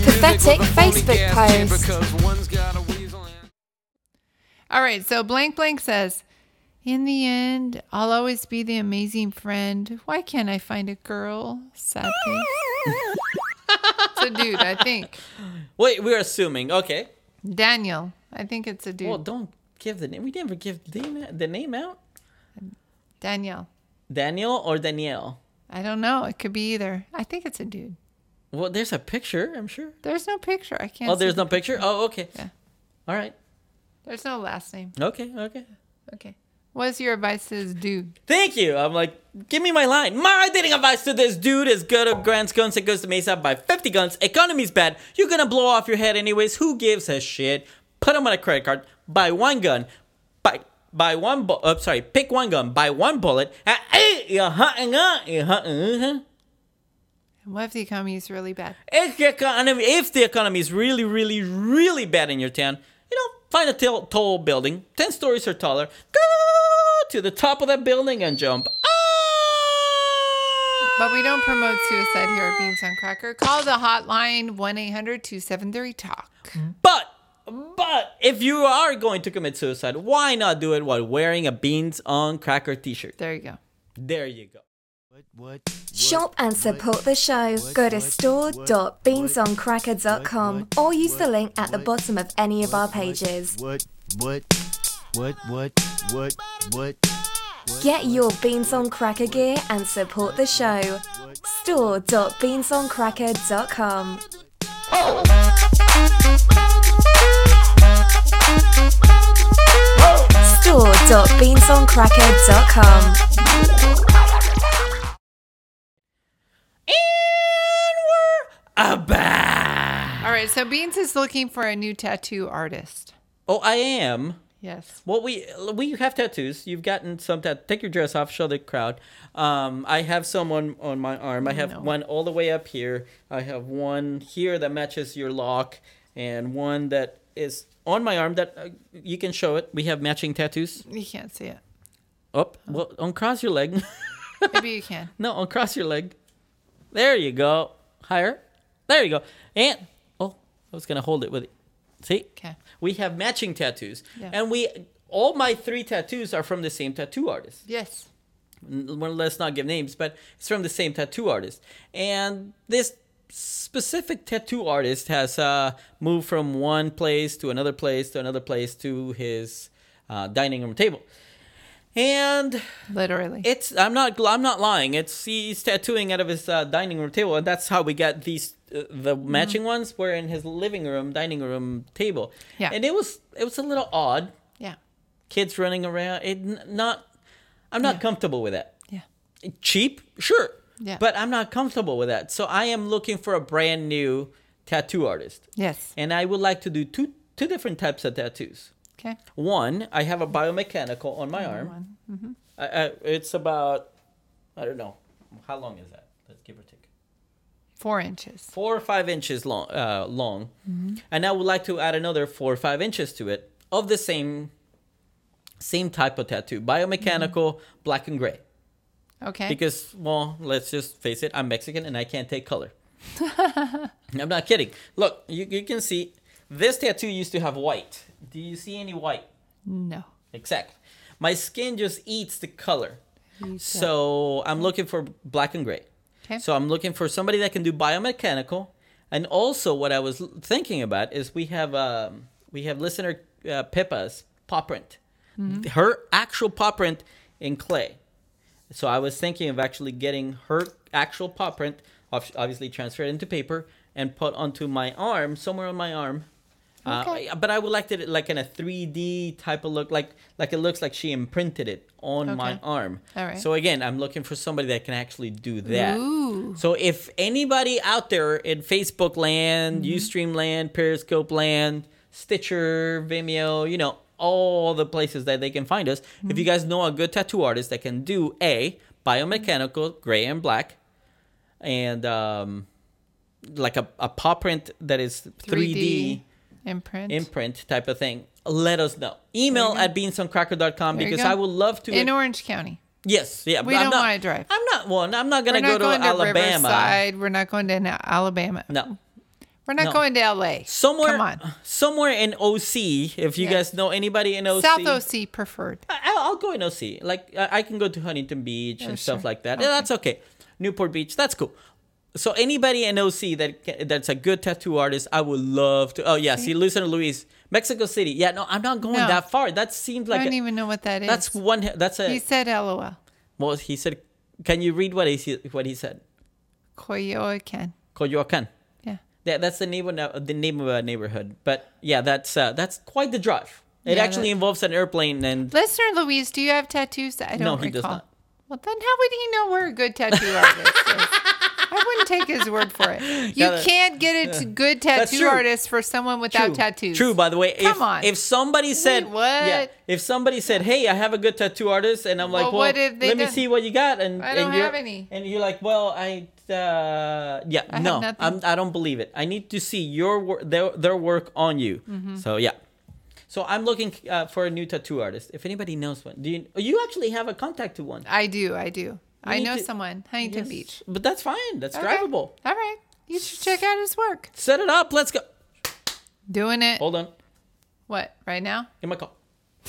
Speaker 1: Facebook post.
Speaker 3: All right, so blank blank says, in the end, I'll always be the amazing friend. Why can't I find a girl? Sad face. it's a dude, I think.
Speaker 2: Wait, we're assuming. Okay.
Speaker 3: Daniel. I think it's a dude.
Speaker 2: Well, don't give the name. We never give the name, the name out.
Speaker 3: Daniel.
Speaker 2: Daniel or Danielle.
Speaker 3: I don't know. It could be either. I think it's a dude.
Speaker 2: Well, there's a picture. I'm sure.
Speaker 3: There's no picture. I can't.
Speaker 2: Oh,
Speaker 3: see
Speaker 2: there's
Speaker 3: the-
Speaker 2: no picture. Oh, okay.
Speaker 3: Yeah.
Speaker 2: All right.
Speaker 3: There's no last name.
Speaker 2: Okay. Okay.
Speaker 3: Okay. What's your advice to this dude?
Speaker 2: Thank you. I'm like, give me my line. My dating advice to this dude is go to Grand's Guns and goes to Mesa by 50 guns. Economy's bad. You're gonna blow off your head anyways. Who gives a shit? Put him on a credit card. Buy one gun. Buy buy one. Bu- uh, sorry. Pick one gun. Buy one bullet. Uh, eh, uh-huh, uh-huh, uh-huh, uh-huh.
Speaker 3: What if the economy is really bad?
Speaker 2: If the economy, if the economy is really, really, really bad in your town, you know, find a tall, tall building, ten stories or taller. Go to the top of that building and jump. Ah!
Speaker 3: But we don't promote suicide here at Beans on Cracker. Call the hotline 1 800 273 TALK.
Speaker 2: But but if you are going to commit suicide, why not do it while wearing a beans on cracker t-shirt?
Speaker 3: There you go.
Speaker 2: There you go.
Speaker 5: What?
Speaker 1: Shop and support the show. Go to store.beansoncracker.com or use the link at the bottom of any of our pages.
Speaker 5: What? What? What? What? What? What?
Speaker 1: Get your Beans on Cracker gear and support the show. Store.beansoncracker.com. Store.beansoncracker.com.
Speaker 2: A bah!
Speaker 3: All right, so Beans is looking for a new tattoo artist.
Speaker 2: Oh, I am.
Speaker 3: Yes.
Speaker 2: Well, we we have tattoos. You've gotten some tat. Take your dress off. Show the crowd. Um, I have someone on my arm. I have one all the way up here. I have one here that matches your lock, and one that is on my arm that uh, you can show it. We have matching tattoos.
Speaker 3: You can't see it.
Speaker 2: Up. Well, uncross your leg.
Speaker 3: Maybe you can.
Speaker 2: no, uncross your leg. There you go. Higher. There you go. And oh, I was gonna hold it with. See.
Speaker 3: Okay.
Speaker 2: We have matching tattoos,
Speaker 3: Yeah.
Speaker 2: and we all my three tattoos are from the same tattoo artist.
Speaker 3: Yes.
Speaker 2: N- Well, let's not give names, but it's from the same tattoo artist. And this specific tattoo artist has uh, moved from one place to another place to another place to his uh, dining room table. And
Speaker 3: Literally.
Speaker 2: it's I'm not I'm not lying. It's he's tattooing out of his uh, dining room table, and that's how we got these uh, the
Speaker 3: Mm-hmm.
Speaker 2: matching ones were in his living room, dining room table.
Speaker 3: Yeah.
Speaker 2: and it was it was a little odd.
Speaker 3: yeah.
Speaker 2: Kids running around. It n- not I'm not comfortable with that.
Speaker 3: Yeah.
Speaker 2: Cheap, sure.
Speaker 3: Yeah.
Speaker 2: But I'm not comfortable with that. So I am looking for a brand new tattoo artist.
Speaker 3: Yes.
Speaker 2: And I would like to do two two different types of tattoos.
Speaker 3: Okay.
Speaker 2: One, I have a biomechanical on my arm. I, I, it's about, I don't know, how long is that? Let's give or take
Speaker 3: Four inches.
Speaker 2: four or five inches long. Uh, long. And I would like to add another four or five inches to it of the same, same type of tattoo, biomechanical, black and gray.
Speaker 3: Okay.
Speaker 2: Because, well, let's just face it, I'm Mexican and I can't take color. I'm not kidding. Look, you, you can see this tattoo used to have white. Do you see any white?
Speaker 3: no.
Speaker 2: Exactly. My skin just eats the color. So I'm looking for black and gray.
Speaker 3: Okay.
Speaker 2: So I'm looking for somebody that can do biomechanical. And also, what I was l- thinking about is we have um, we have listener uh, Pippa's paw print, her actual paw print in clay. So I was thinking of actually getting her actual paw print, ob- obviously transferred into paper and put onto my arm somewhere on my arm.
Speaker 3: Okay.
Speaker 2: Uh, but I would like it like in a 3D type of look, like like it looks like she imprinted it on my
Speaker 3: Okay.
Speaker 2: arm.
Speaker 3: All right.
Speaker 2: So again, I'm looking for somebody that can actually do that.
Speaker 3: Ooh.
Speaker 2: So if anybody out there in Facebook land,
Speaker 3: Mm-hmm.
Speaker 2: Ustream land, Periscope land, Stitcher, Vimeo, you know, all the places that they can find us, if
Speaker 3: Mm-hmm.
Speaker 2: you guys know a good tattoo artist that can do a biomechanical, gray and black, and um, like a, a paw print that is 3D
Speaker 3: imprint.
Speaker 2: imprint type of thing, let us know. Email at beansoncracker.com
Speaker 3: There you
Speaker 2: because
Speaker 3: go.
Speaker 2: I would love to.
Speaker 3: in Orange County.
Speaker 2: yes, yeah.
Speaker 3: We
Speaker 2: but
Speaker 3: don't
Speaker 2: I'm not,
Speaker 3: wanna drive.
Speaker 2: I'm not. Well, I'm not gonna go
Speaker 3: We're not
Speaker 2: to
Speaker 3: going to
Speaker 2: Alabama.
Speaker 3: Riverside. We're not going to Alabama.
Speaker 2: No.
Speaker 3: We're not
Speaker 2: No.
Speaker 3: going to LA.
Speaker 2: Somewhere,
Speaker 3: Come on.
Speaker 2: somewhere in OC. If you
Speaker 3: Yeah.
Speaker 2: guys know anybody in OC,
Speaker 3: South OC preferred.
Speaker 2: I- I'll, I'll go in OC. Like I, I can go to Huntington
Speaker 3: Oh,
Speaker 2: Beach and stuff like that. That's okay. Newport Beach, that's cool. So anybody in OC that ca- that's a good tattoo artist, I would love to. Oh yeah, see, Luciano Luis, Mexico City. Yeah, no, I'm not going
Speaker 3: No.
Speaker 2: that far. That seems like
Speaker 3: I don't
Speaker 2: a-
Speaker 3: even know what that is.
Speaker 2: that's one. That's a
Speaker 3: he said LOL.
Speaker 2: well. He said, "Can you read what he what he said?"
Speaker 3: Coyoacan.
Speaker 2: Coyoacan.
Speaker 3: Yeah.
Speaker 2: That, that's the name of uh, the name of a neighborhood. But yeah, that's uh, that's quite the drive. It
Speaker 3: Yeah,
Speaker 2: actually
Speaker 3: that-
Speaker 2: involves an airplane and
Speaker 3: Listener Louise, do you have tattoos? I don't
Speaker 2: No,
Speaker 3: recall.
Speaker 2: he does not.
Speaker 3: Well, then how would he know we're a good tattoo artist? is? I wouldn't take his word for it. You
Speaker 2: Yeah, that-
Speaker 3: can't get a t- good
Speaker 2: That's
Speaker 3: tattoo
Speaker 2: true.
Speaker 3: artist for someone without tattoos.
Speaker 2: True, by the way. If,
Speaker 3: Come on.
Speaker 2: If somebody said,
Speaker 3: what?
Speaker 2: Yeah, if somebody said, "Hey, I have a good tattoo artist," and I'm like, "Well,
Speaker 3: Well, what if they
Speaker 2: let me
Speaker 3: don't-
Speaker 2: see what you got," and
Speaker 3: I don't
Speaker 2: and you're-
Speaker 3: have any.
Speaker 2: and you're like, "Well, I." Uh, yeah,
Speaker 3: I have
Speaker 2: no,
Speaker 3: nothing.
Speaker 2: I'm, I don't believe it. I need to see your wor- their, their work on you.
Speaker 3: Mm-hmm.
Speaker 2: So yeah, so I'm looking uh, for a new tattoo artist. If anybody knows one, do you? You actually have a contact to one.
Speaker 3: I do. I do. I
Speaker 2: need
Speaker 3: know
Speaker 2: to-
Speaker 3: someone. Huntington
Speaker 2: Yes.
Speaker 3: Beach.
Speaker 2: But that's fine. That's
Speaker 3: Okay.
Speaker 2: drivable.
Speaker 3: All right. You should check out his work.
Speaker 2: Set it up. Let's go.
Speaker 3: Doing it.
Speaker 2: Hold on.
Speaker 3: What? Right now?
Speaker 2: Give my call.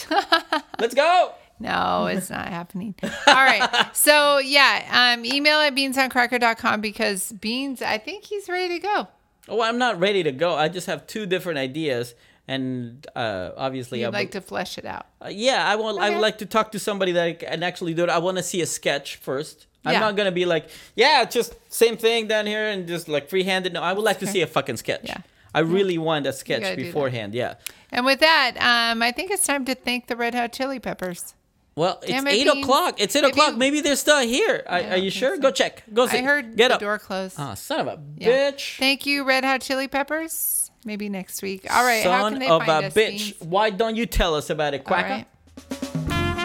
Speaker 3: Uh,
Speaker 2: Let's go.
Speaker 3: No, it's not happening. All right. So, yeah, um, email at beansoncracker.com because Beans, I think he's ready to go.
Speaker 2: Oh, I'm not ready to go. I just have two different ideas, and uh, obviously,
Speaker 3: You'd
Speaker 2: I
Speaker 3: like
Speaker 2: would-
Speaker 3: to flesh it out.
Speaker 2: uh, yeah, I want. I
Speaker 3: Okay.
Speaker 2: would like to talk to somebody that I can actually do it. I want to see a sketch first. I'm
Speaker 3: Yeah.
Speaker 2: not gonna be like, yeah, just same thing down here and just like freehanded. No, I would like to
Speaker 3: Okay.
Speaker 2: see a fucking sketch.
Speaker 3: Yeah.
Speaker 2: I really want a
Speaker 3: gotta
Speaker 2: sketch
Speaker 3: do that.
Speaker 2: beforehand. Yeah.
Speaker 3: And with that, um, I think it's time to thank the Red Hot Chili Peppers.
Speaker 2: Well, it's
Speaker 3: Damn it,
Speaker 2: eight
Speaker 3: Beans.
Speaker 2: o'clock. It's eight
Speaker 3: Maybe-
Speaker 2: o'clock. Maybe they're still here. I,
Speaker 3: don't
Speaker 2: are you
Speaker 3: think
Speaker 2: sure?
Speaker 3: so.
Speaker 2: Go check. Go see.
Speaker 3: I heard
Speaker 2: Get
Speaker 3: the
Speaker 2: up.
Speaker 3: door close.
Speaker 2: Ah, son of a
Speaker 3: Yeah.
Speaker 2: bitch.
Speaker 3: Thank you, Red Hot Chili Peppers. Maybe next week. All right.
Speaker 2: Son
Speaker 3: how can they
Speaker 2: of
Speaker 3: find
Speaker 2: a
Speaker 3: us,
Speaker 2: bitch.
Speaker 3: Beans?
Speaker 2: Why don't you tell us about it,
Speaker 3: All
Speaker 2: Quacker?
Speaker 3: right.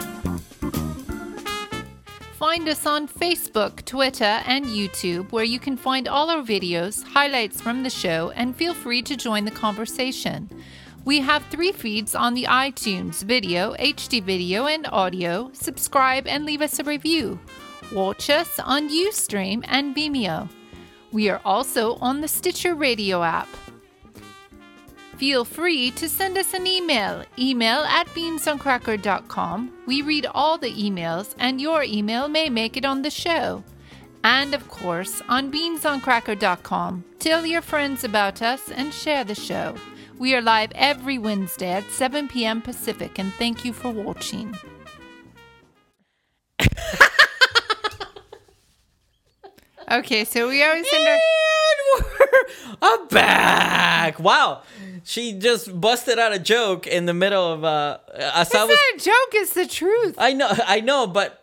Speaker 3: Find us on Facebook, Twitter, and YouTube, where you can find all our videos, highlights from the show, and feel free to join the conversation. We have three feeds on the iTunes video, HD video, and audio. Subscribe and leave us a review. Watch us on Ustream and Vimeo. We are also on the Stitcher Radio app. Feel free to send us an email, email at beamsoncracker.com. We read all the emails, and your email may make it on the show. And of course, on beamsoncracker.com, tell your friends about us and share the show. We are live every Wednesday at 7 p.m. Pacific, and thank you for watching. okay, so we always send our.
Speaker 2: And we're back. Wow. She just busted out a joke in the middle of uh as I
Speaker 3: It's
Speaker 2: was
Speaker 3: not a joke, it's the truth.
Speaker 2: I know I know but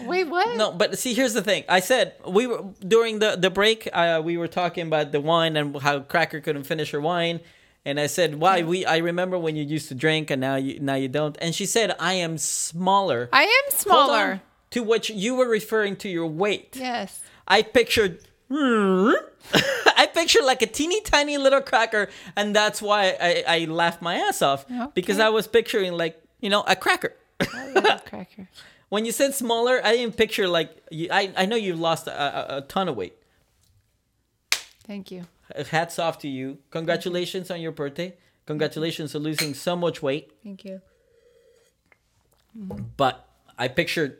Speaker 3: Wait, what?
Speaker 2: no but see here's the thing. I said we were during the the break uh, we were talking about the wine and how Cracker couldn't finish her wine and I said why we I remember when you used to drink and now you now you don't and she said I am smaller.
Speaker 3: I am
Speaker 2: Hold
Speaker 3: smaller.
Speaker 2: on. To which you were referring to your weight.
Speaker 3: Yes.
Speaker 2: I pictured. I pictured like a teeny tiny little cracker, and that's why I, I laughed my ass off because
Speaker 3: Okay.
Speaker 2: I was picturing like you know a cracker.
Speaker 3: I love cracker.
Speaker 2: When you said smaller, I didn't picture like you, I. I know you've lost a, a, a ton of weight.
Speaker 3: Thank you.
Speaker 2: Hats off to you! Congratulations on your birthday. Congratulations on losing so much weight.
Speaker 3: Thank you.
Speaker 2: But I pictured.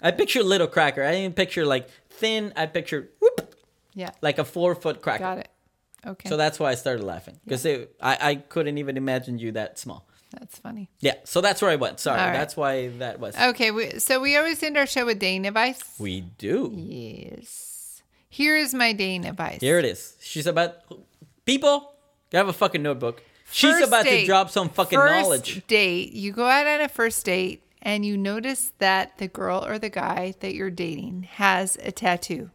Speaker 2: I pictured little cracker. I didn't picture like thin. I pictured whoop,
Speaker 3: Yeah.
Speaker 2: like a four foot cracker.
Speaker 3: Got it. Okay.
Speaker 2: So that's why I started laughing because I, I couldn't even imagine you that small.
Speaker 3: that's funny.
Speaker 2: Yeah, so that's where I went. Sorry,
Speaker 3: All right. Oh.
Speaker 2: that's why that was.
Speaker 3: Okay. We, so we always end our show with dating advice.
Speaker 2: We do.
Speaker 3: Yes. Here is my dating advice.
Speaker 2: Here it is. She's about people. Grab a fucking notebook. She's
Speaker 3: First
Speaker 2: about to
Speaker 3: date.
Speaker 2: drop some fucking
Speaker 3: first
Speaker 2: knowledge.
Speaker 3: date. You go out on a first date and you notice that the girl or the guy that you're dating has a tattoo.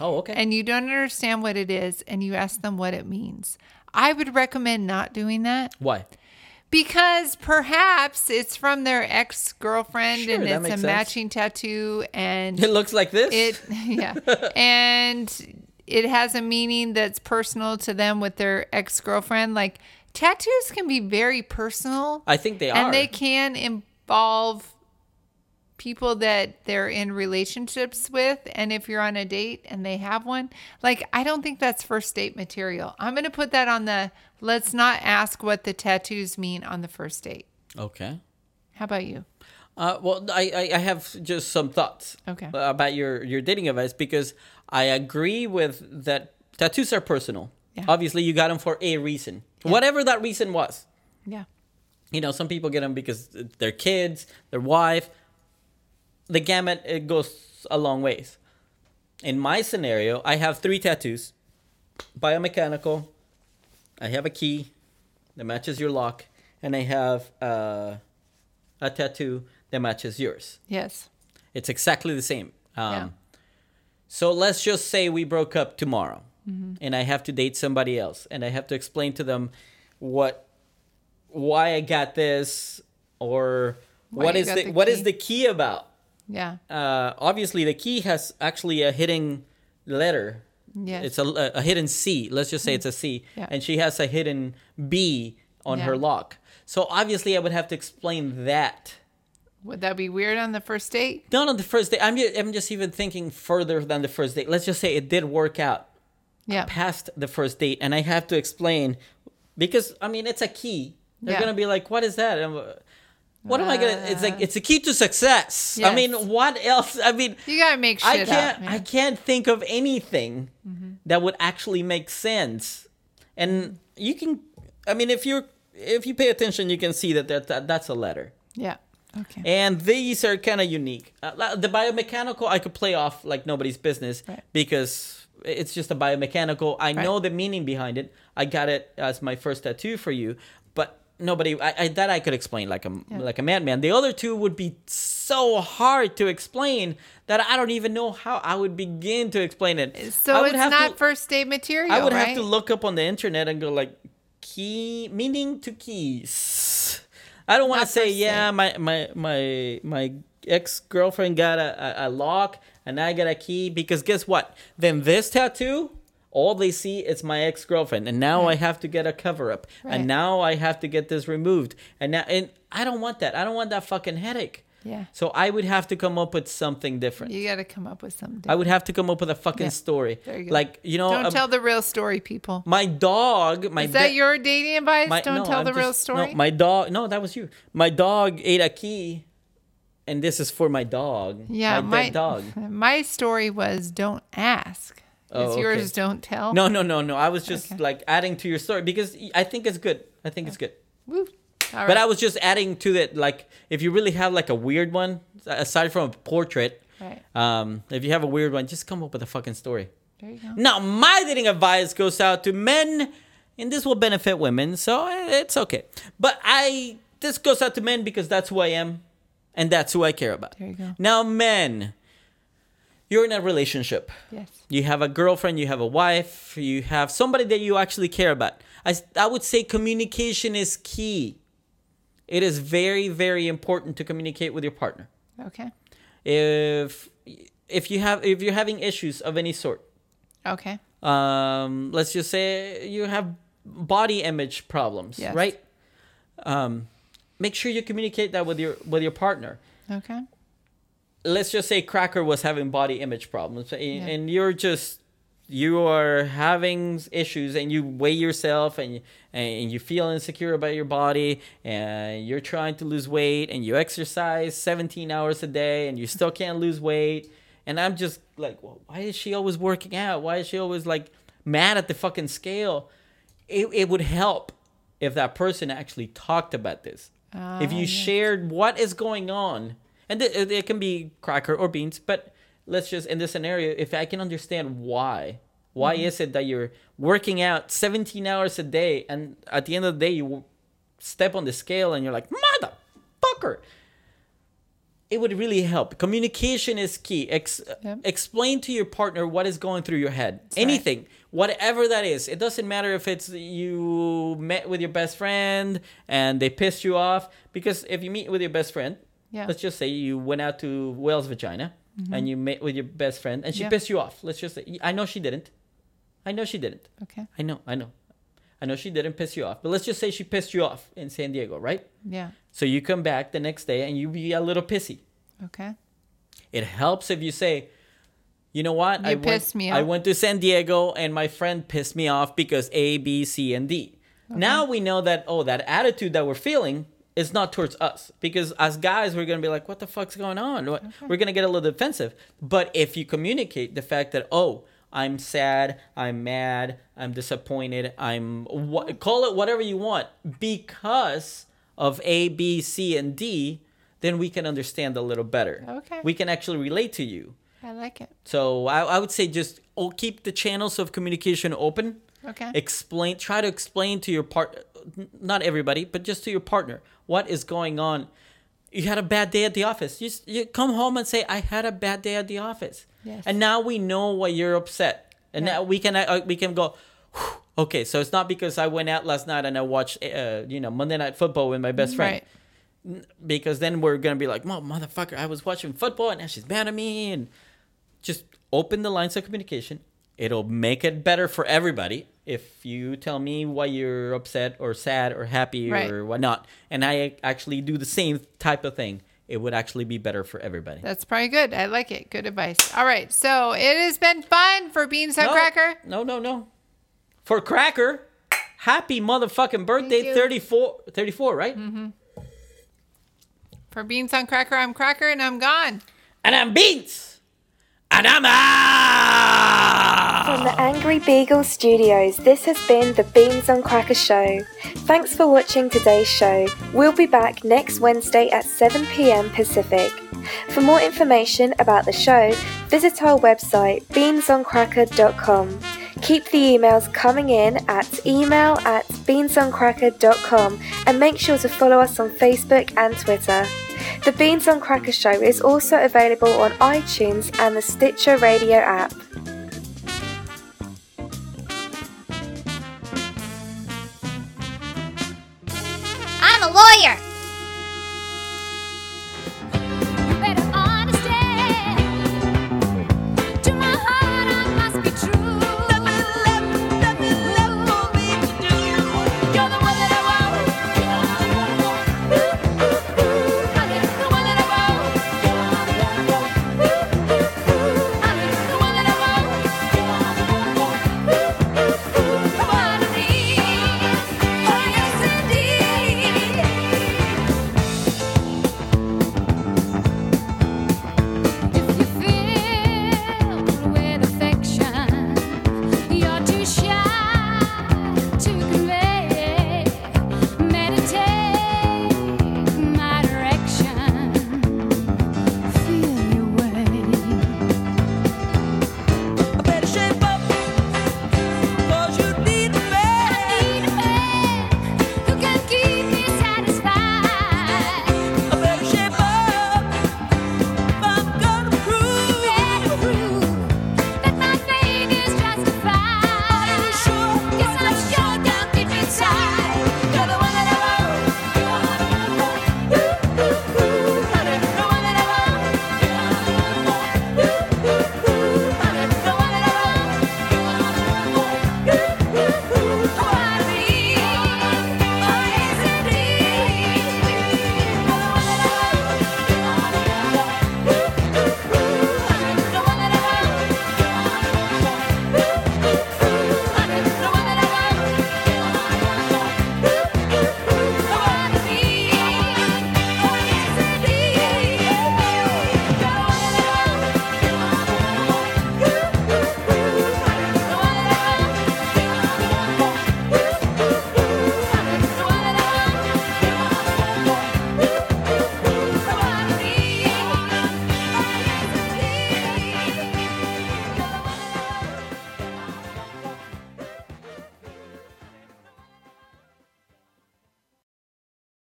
Speaker 2: Oh, okay.
Speaker 3: and you don't understand what it is and you ask them what it means. I would recommend not doing that
Speaker 2: why?
Speaker 3: because perhaps it's from their ex girlfriend
Speaker 2: Sure,
Speaker 3: and
Speaker 2: that
Speaker 3: it's a
Speaker 2: makes sense.
Speaker 3: matching tattoo and
Speaker 2: It looks like this.
Speaker 3: it, yeah, and it has a meaning that's personal to them with their ex girlfriend. Like tattoos can be very personal
Speaker 2: I think they
Speaker 3: and
Speaker 2: are.
Speaker 3: they can involve people that they're in relationships with and if you're on a date and they have one like i don't think that's first date material i'm going to put that on the let's not ask what the tattoos mean on the first date
Speaker 2: Okay.
Speaker 3: how about you
Speaker 2: Uh, well, I, I, I have just some thoughts
Speaker 3: Okay.
Speaker 2: about your, your dating advice because I agree with that tattoos are personal.
Speaker 3: Yeah.
Speaker 2: Obviously, you got them for a reason, whatever that reason was.
Speaker 3: yeah
Speaker 2: You know, some people get them because their kids, their wife. The gamut it goes a long ways. In my scenario, I have three tattoos: biomechanical. I have a key that matches your lock, and I have uh, a tattoo that matches yours.
Speaker 3: yes
Speaker 2: It's exactly the same. Um,
Speaker 3: Yeah.
Speaker 2: So let's just say we broke up tomorrow
Speaker 3: Mm-hmm.
Speaker 2: and I have to date somebody else and I have to explain to them what why I got this or
Speaker 3: Why
Speaker 2: what
Speaker 3: you
Speaker 2: is
Speaker 3: got
Speaker 2: the,
Speaker 3: the
Speaker 2: what is
Speaker 3: key.
Speaker 2: the key about?
Speaker 3: yeah
Speaker 2: Uh, obviously the key has actually a hidden letter.
Speaker 3: Yes. Mm-hmm.
Speaker 2: It's a, a hidden C. Let's just say it's a C
Speaker 3: Yeah.
Speaker 2: and she has a hidden B on her
Speaker 3: Yeah.
Speaker 2: lock. So obviously I would have to explain that.
Speaker 3: would that be weird on the first date
Speaker 2: Not on the first day. I'm just, I'm just even thinking further than the first date. Let's just say it did work out
Speaker 3: yeah
Speaker 2: past the first date, and I have to explain because I mean it's a key. They're
Speaker 3: Yeah. Uh.
Speaker 2: gonna be like, "What is that?" And, uh, what am I gonna? It's like it's a key to success. I mean,
Speaker 3: Yes.
Speaker 2: what else? I mean,
Speaker 3: you gotta make shit
Speaker 2: I can't.
Speaker 3: up man.
Speaker 2: I can't think of anything
Speaker 3: Mm-hmm.
Speaker 2: that would actually make sense. And you can. I mean, if you're if you pay attention, you can see that, that, that that's a letter
Speaker 3: yeah okay
Speaker 2: and these are kind of unique. Uh, li- the biomechanical I could play off like nobody's business
Speaker 3: Right.
Speaker 2: because it's just a biomechanical. I know the meaning behind it. I got it as my first tattoo for you, but nobody I, I, that I could explain like a like a madman. The other two would be so hard to explain that I don't even know how I would begin to explain it. I
Speaker 3: so
Speaker 2: would
Speaker 3: it's
Speaker 2: have
Speaker 3: not
Speaker 2: to-
Speaker 3: first date material
Speaker 2: I would
Speaker 3: right?
Speaker 2: have to look up on the internet and go like key meaning to keys. I don't want to
Speaker 3: Not
Speaker 2: say
Speaker 3: first
Speaker 2: yeah, my my my my ex girlfriend got a, a, a lock and I got a key because guess what? Then this tattoo, all they see is my ex girlfriend, and now I have to get a cover up,
Speaker 3: Hmm. Right.
Speaker 2: and now I have to get this removed, and now and I don't want that. I don't want that fucking headache.
Speaker 3: Yeah.
Speaker 2: So I would have to come up with something different.
Speaker 3: you gotta come up with something
Speaker 2: I would have to come up with a fucking
Speaker 3: Yeah.
Speaker 2: story.
Speaker 3: There you go.
Speaker 2: Like you know,
Speaker 3: don't
Speaker 2: um,
Speaker 3: tell the real story people
Speaker 2: my dog, my
Speaker 3: Is that
Speaker 2: da-
Speaker 3: your dating advice?
Speaker 2: my-
Speaker 3: Don't
Speaker 2: no,
Speaker 3: tell
Speaker 2: I'm
Speaker 3: the real
Speaker 2: just- no,
Speaker 3: story.
Speaker 2: my dog. No, that was you. My dog ate a key, and this is for my dog. my,
Speaker 3: yeah, my
Speaker 2: dead dog.
Speaker 3: My story was don't ask.
Speaker 2: Oh,
Speaker 3: it's
Speaker 2: okay.
Speaker 3: yours. Don't tell.
Speaker 2: No, no, no, no. I was just
Speaker 3: Okay.
Speaker 2: like adding to your story because I think it's good. I think it's good.
Speaker 3: Woo. All
Speaker 2: But I
Speaker 3: right.
Speaker 2: was just adding to it. Like, if you really have like a weird one, aside from a portrait,
Speaker 3: Right.
Speaker 2: um, if you have a weird one, just come up with a fucking story.
Speaker 3: there you go.
Speaker 2: Now, my dating advice goes out to men, and this will benefit women, so it's okay. But I this goes out to men because that's who I am, and that's who I care about.
Speaker 3: There you go.
Speaker 2: Now, men, you're in a relationship.
Speaker 3: Yes.
Speaker 2: You have a girlfriend, you have a wife, you have somebody that you actually care about. I, s- I would say communication is key. It is very, very important to communicate with your partner
Speaker 3: Okay.
Speaker 2: if if you have if you're having issues of any sort
Speaker 3: Okay.
Speaker 2: um let's just say you have body image problems
Speaker 3: Yes.
Speaker 2: right um make sure you communicate that with your with your partner
Speaker 3: Okay.
Speaker 2: let's just say cracker was having body image problems and, and you're just you are having issues and you weigh yourself and and you feel insecure about your body and you're trying to lose weight and you exercise 17 hours a day and you still can't lose weight and i'm just like well, why is she always working out why is she always like mad at the fucking scale it, it would help if that person actually talked about this. if you shared what is going on, and th- it it can be cracker or beans, but let's just in this scenario, if I can understand why, why is it that you're working out 17 hours a day, and at the end of the day you w- step on the scale and you're like motherfucker, it would really help. Communication is key. Ex-
Speaker 3: Yep.
Speaker 2: Explain to your partner what is going through your head.
Speaker 3: right.
Speaker 2: Anything, whatever that is. It doesn't matter if it's you met with your best friend and they pissed you off. Because if you meet with your best friend,
Speaker 3: Yeah. Mm-hmm.
Speaker 2: let's just say you went out to Whale's vagina and you met with your best friend and she
Speaker 3: Yeah.
Speaker 2: pissed you off. Let's just say, I know she didn't. I know she didn't.
Speaker 3: Okay.
Speaker 2: I know, I know. I know she didn't piss you off. But let's just say she pissed you off in San Diego, right?
Speaker 3: Yeah.
Speaker 2: So you come back the next day and you be a little pissy.
Speaker 3: Okay.
Speaker 2: It helps if you say, you know what?
Speaker 3: You
Speaker 2: I went,
Speaker 3: pissed me
Speaker 2: I
Speaker 3: off."
Speaker 2: went to San Diego and my friend pissed me off because A, B, C, and D. Now we know that, oh, that attitude that we're feeling is not towards us because as guys, we're going to be like, what the fuck's going on? What- We're going to get a little defensive. But if you communicate the fact that, oh, I'm sad, I'm mad, I'm disappointed, I'm wha- call it whatever you want because of A, B, C, and D, then we can understand a little better.
Speaker 3: Okay.
Speaker 2: We can actually relate to you.
Speaker 3: I like it.
Speaker 2: So I, I would say just oh, keep the channels of communication open.
Speaker 3: Okay.
Speaker 2: Explain. Try to explain to your part, n- not everybody, but just to your partner what is going on. You had a bad day at the office. You, s- you come home and say, "I had a bad day at the office,"
Speaker 3: Yes.
Speaker 2: and now we know why you're upset, and
Speaker 3: Yeah.
Speaker 2: now we can uh, we can go. "Whew, Okay, so it's not because I went out last night and I watched, uh, you know, Monday Night Football with my best friend
Speaker 3: Right.
Speaker 2: because then we're gonna be like, "Well, motherfucker, I was watching football and now she's mad at me." And just open the lines of communication. It'll make it better for everybody if you tell me why you're upset or sad or happy
Speaker 3: Right.
Speaker 2: or whatnot, and I actually do the same type of thing. It would actually be better for everybody.
Speaker 3: That's probably good. I like it. Good advice. All right. So it has been fun for Beans and
Speaker 2: No,
Speaker 3: Cracker.
Speaker 2: No, no, no. For Cracker, happy motherfucking birthday,
Speaker 3: you. Mm-hmm.
Speaker 2: 34, 34, right?
Speaker 3: For Beans on Cracker, I'm Cracker and I'm gone.
Speaker 2: And I'm Beans, and I'm out.
Speaker 1: From the Angry Beagle Studios, this has been the Beans on Cracker Show. Thanks for watching today's show. We'll be back next Wednesday at 7 pm Pacific. For more information about the show, visit our website beansoncracker.com. Keep the emails coming in at email at beansoncracker.com and make sure to follow us on Facebook and Twitter. The Beans on Cracker Show is also available on iTunes and the Stitcher Radio app.
Speaker 6: I'm a lawyer.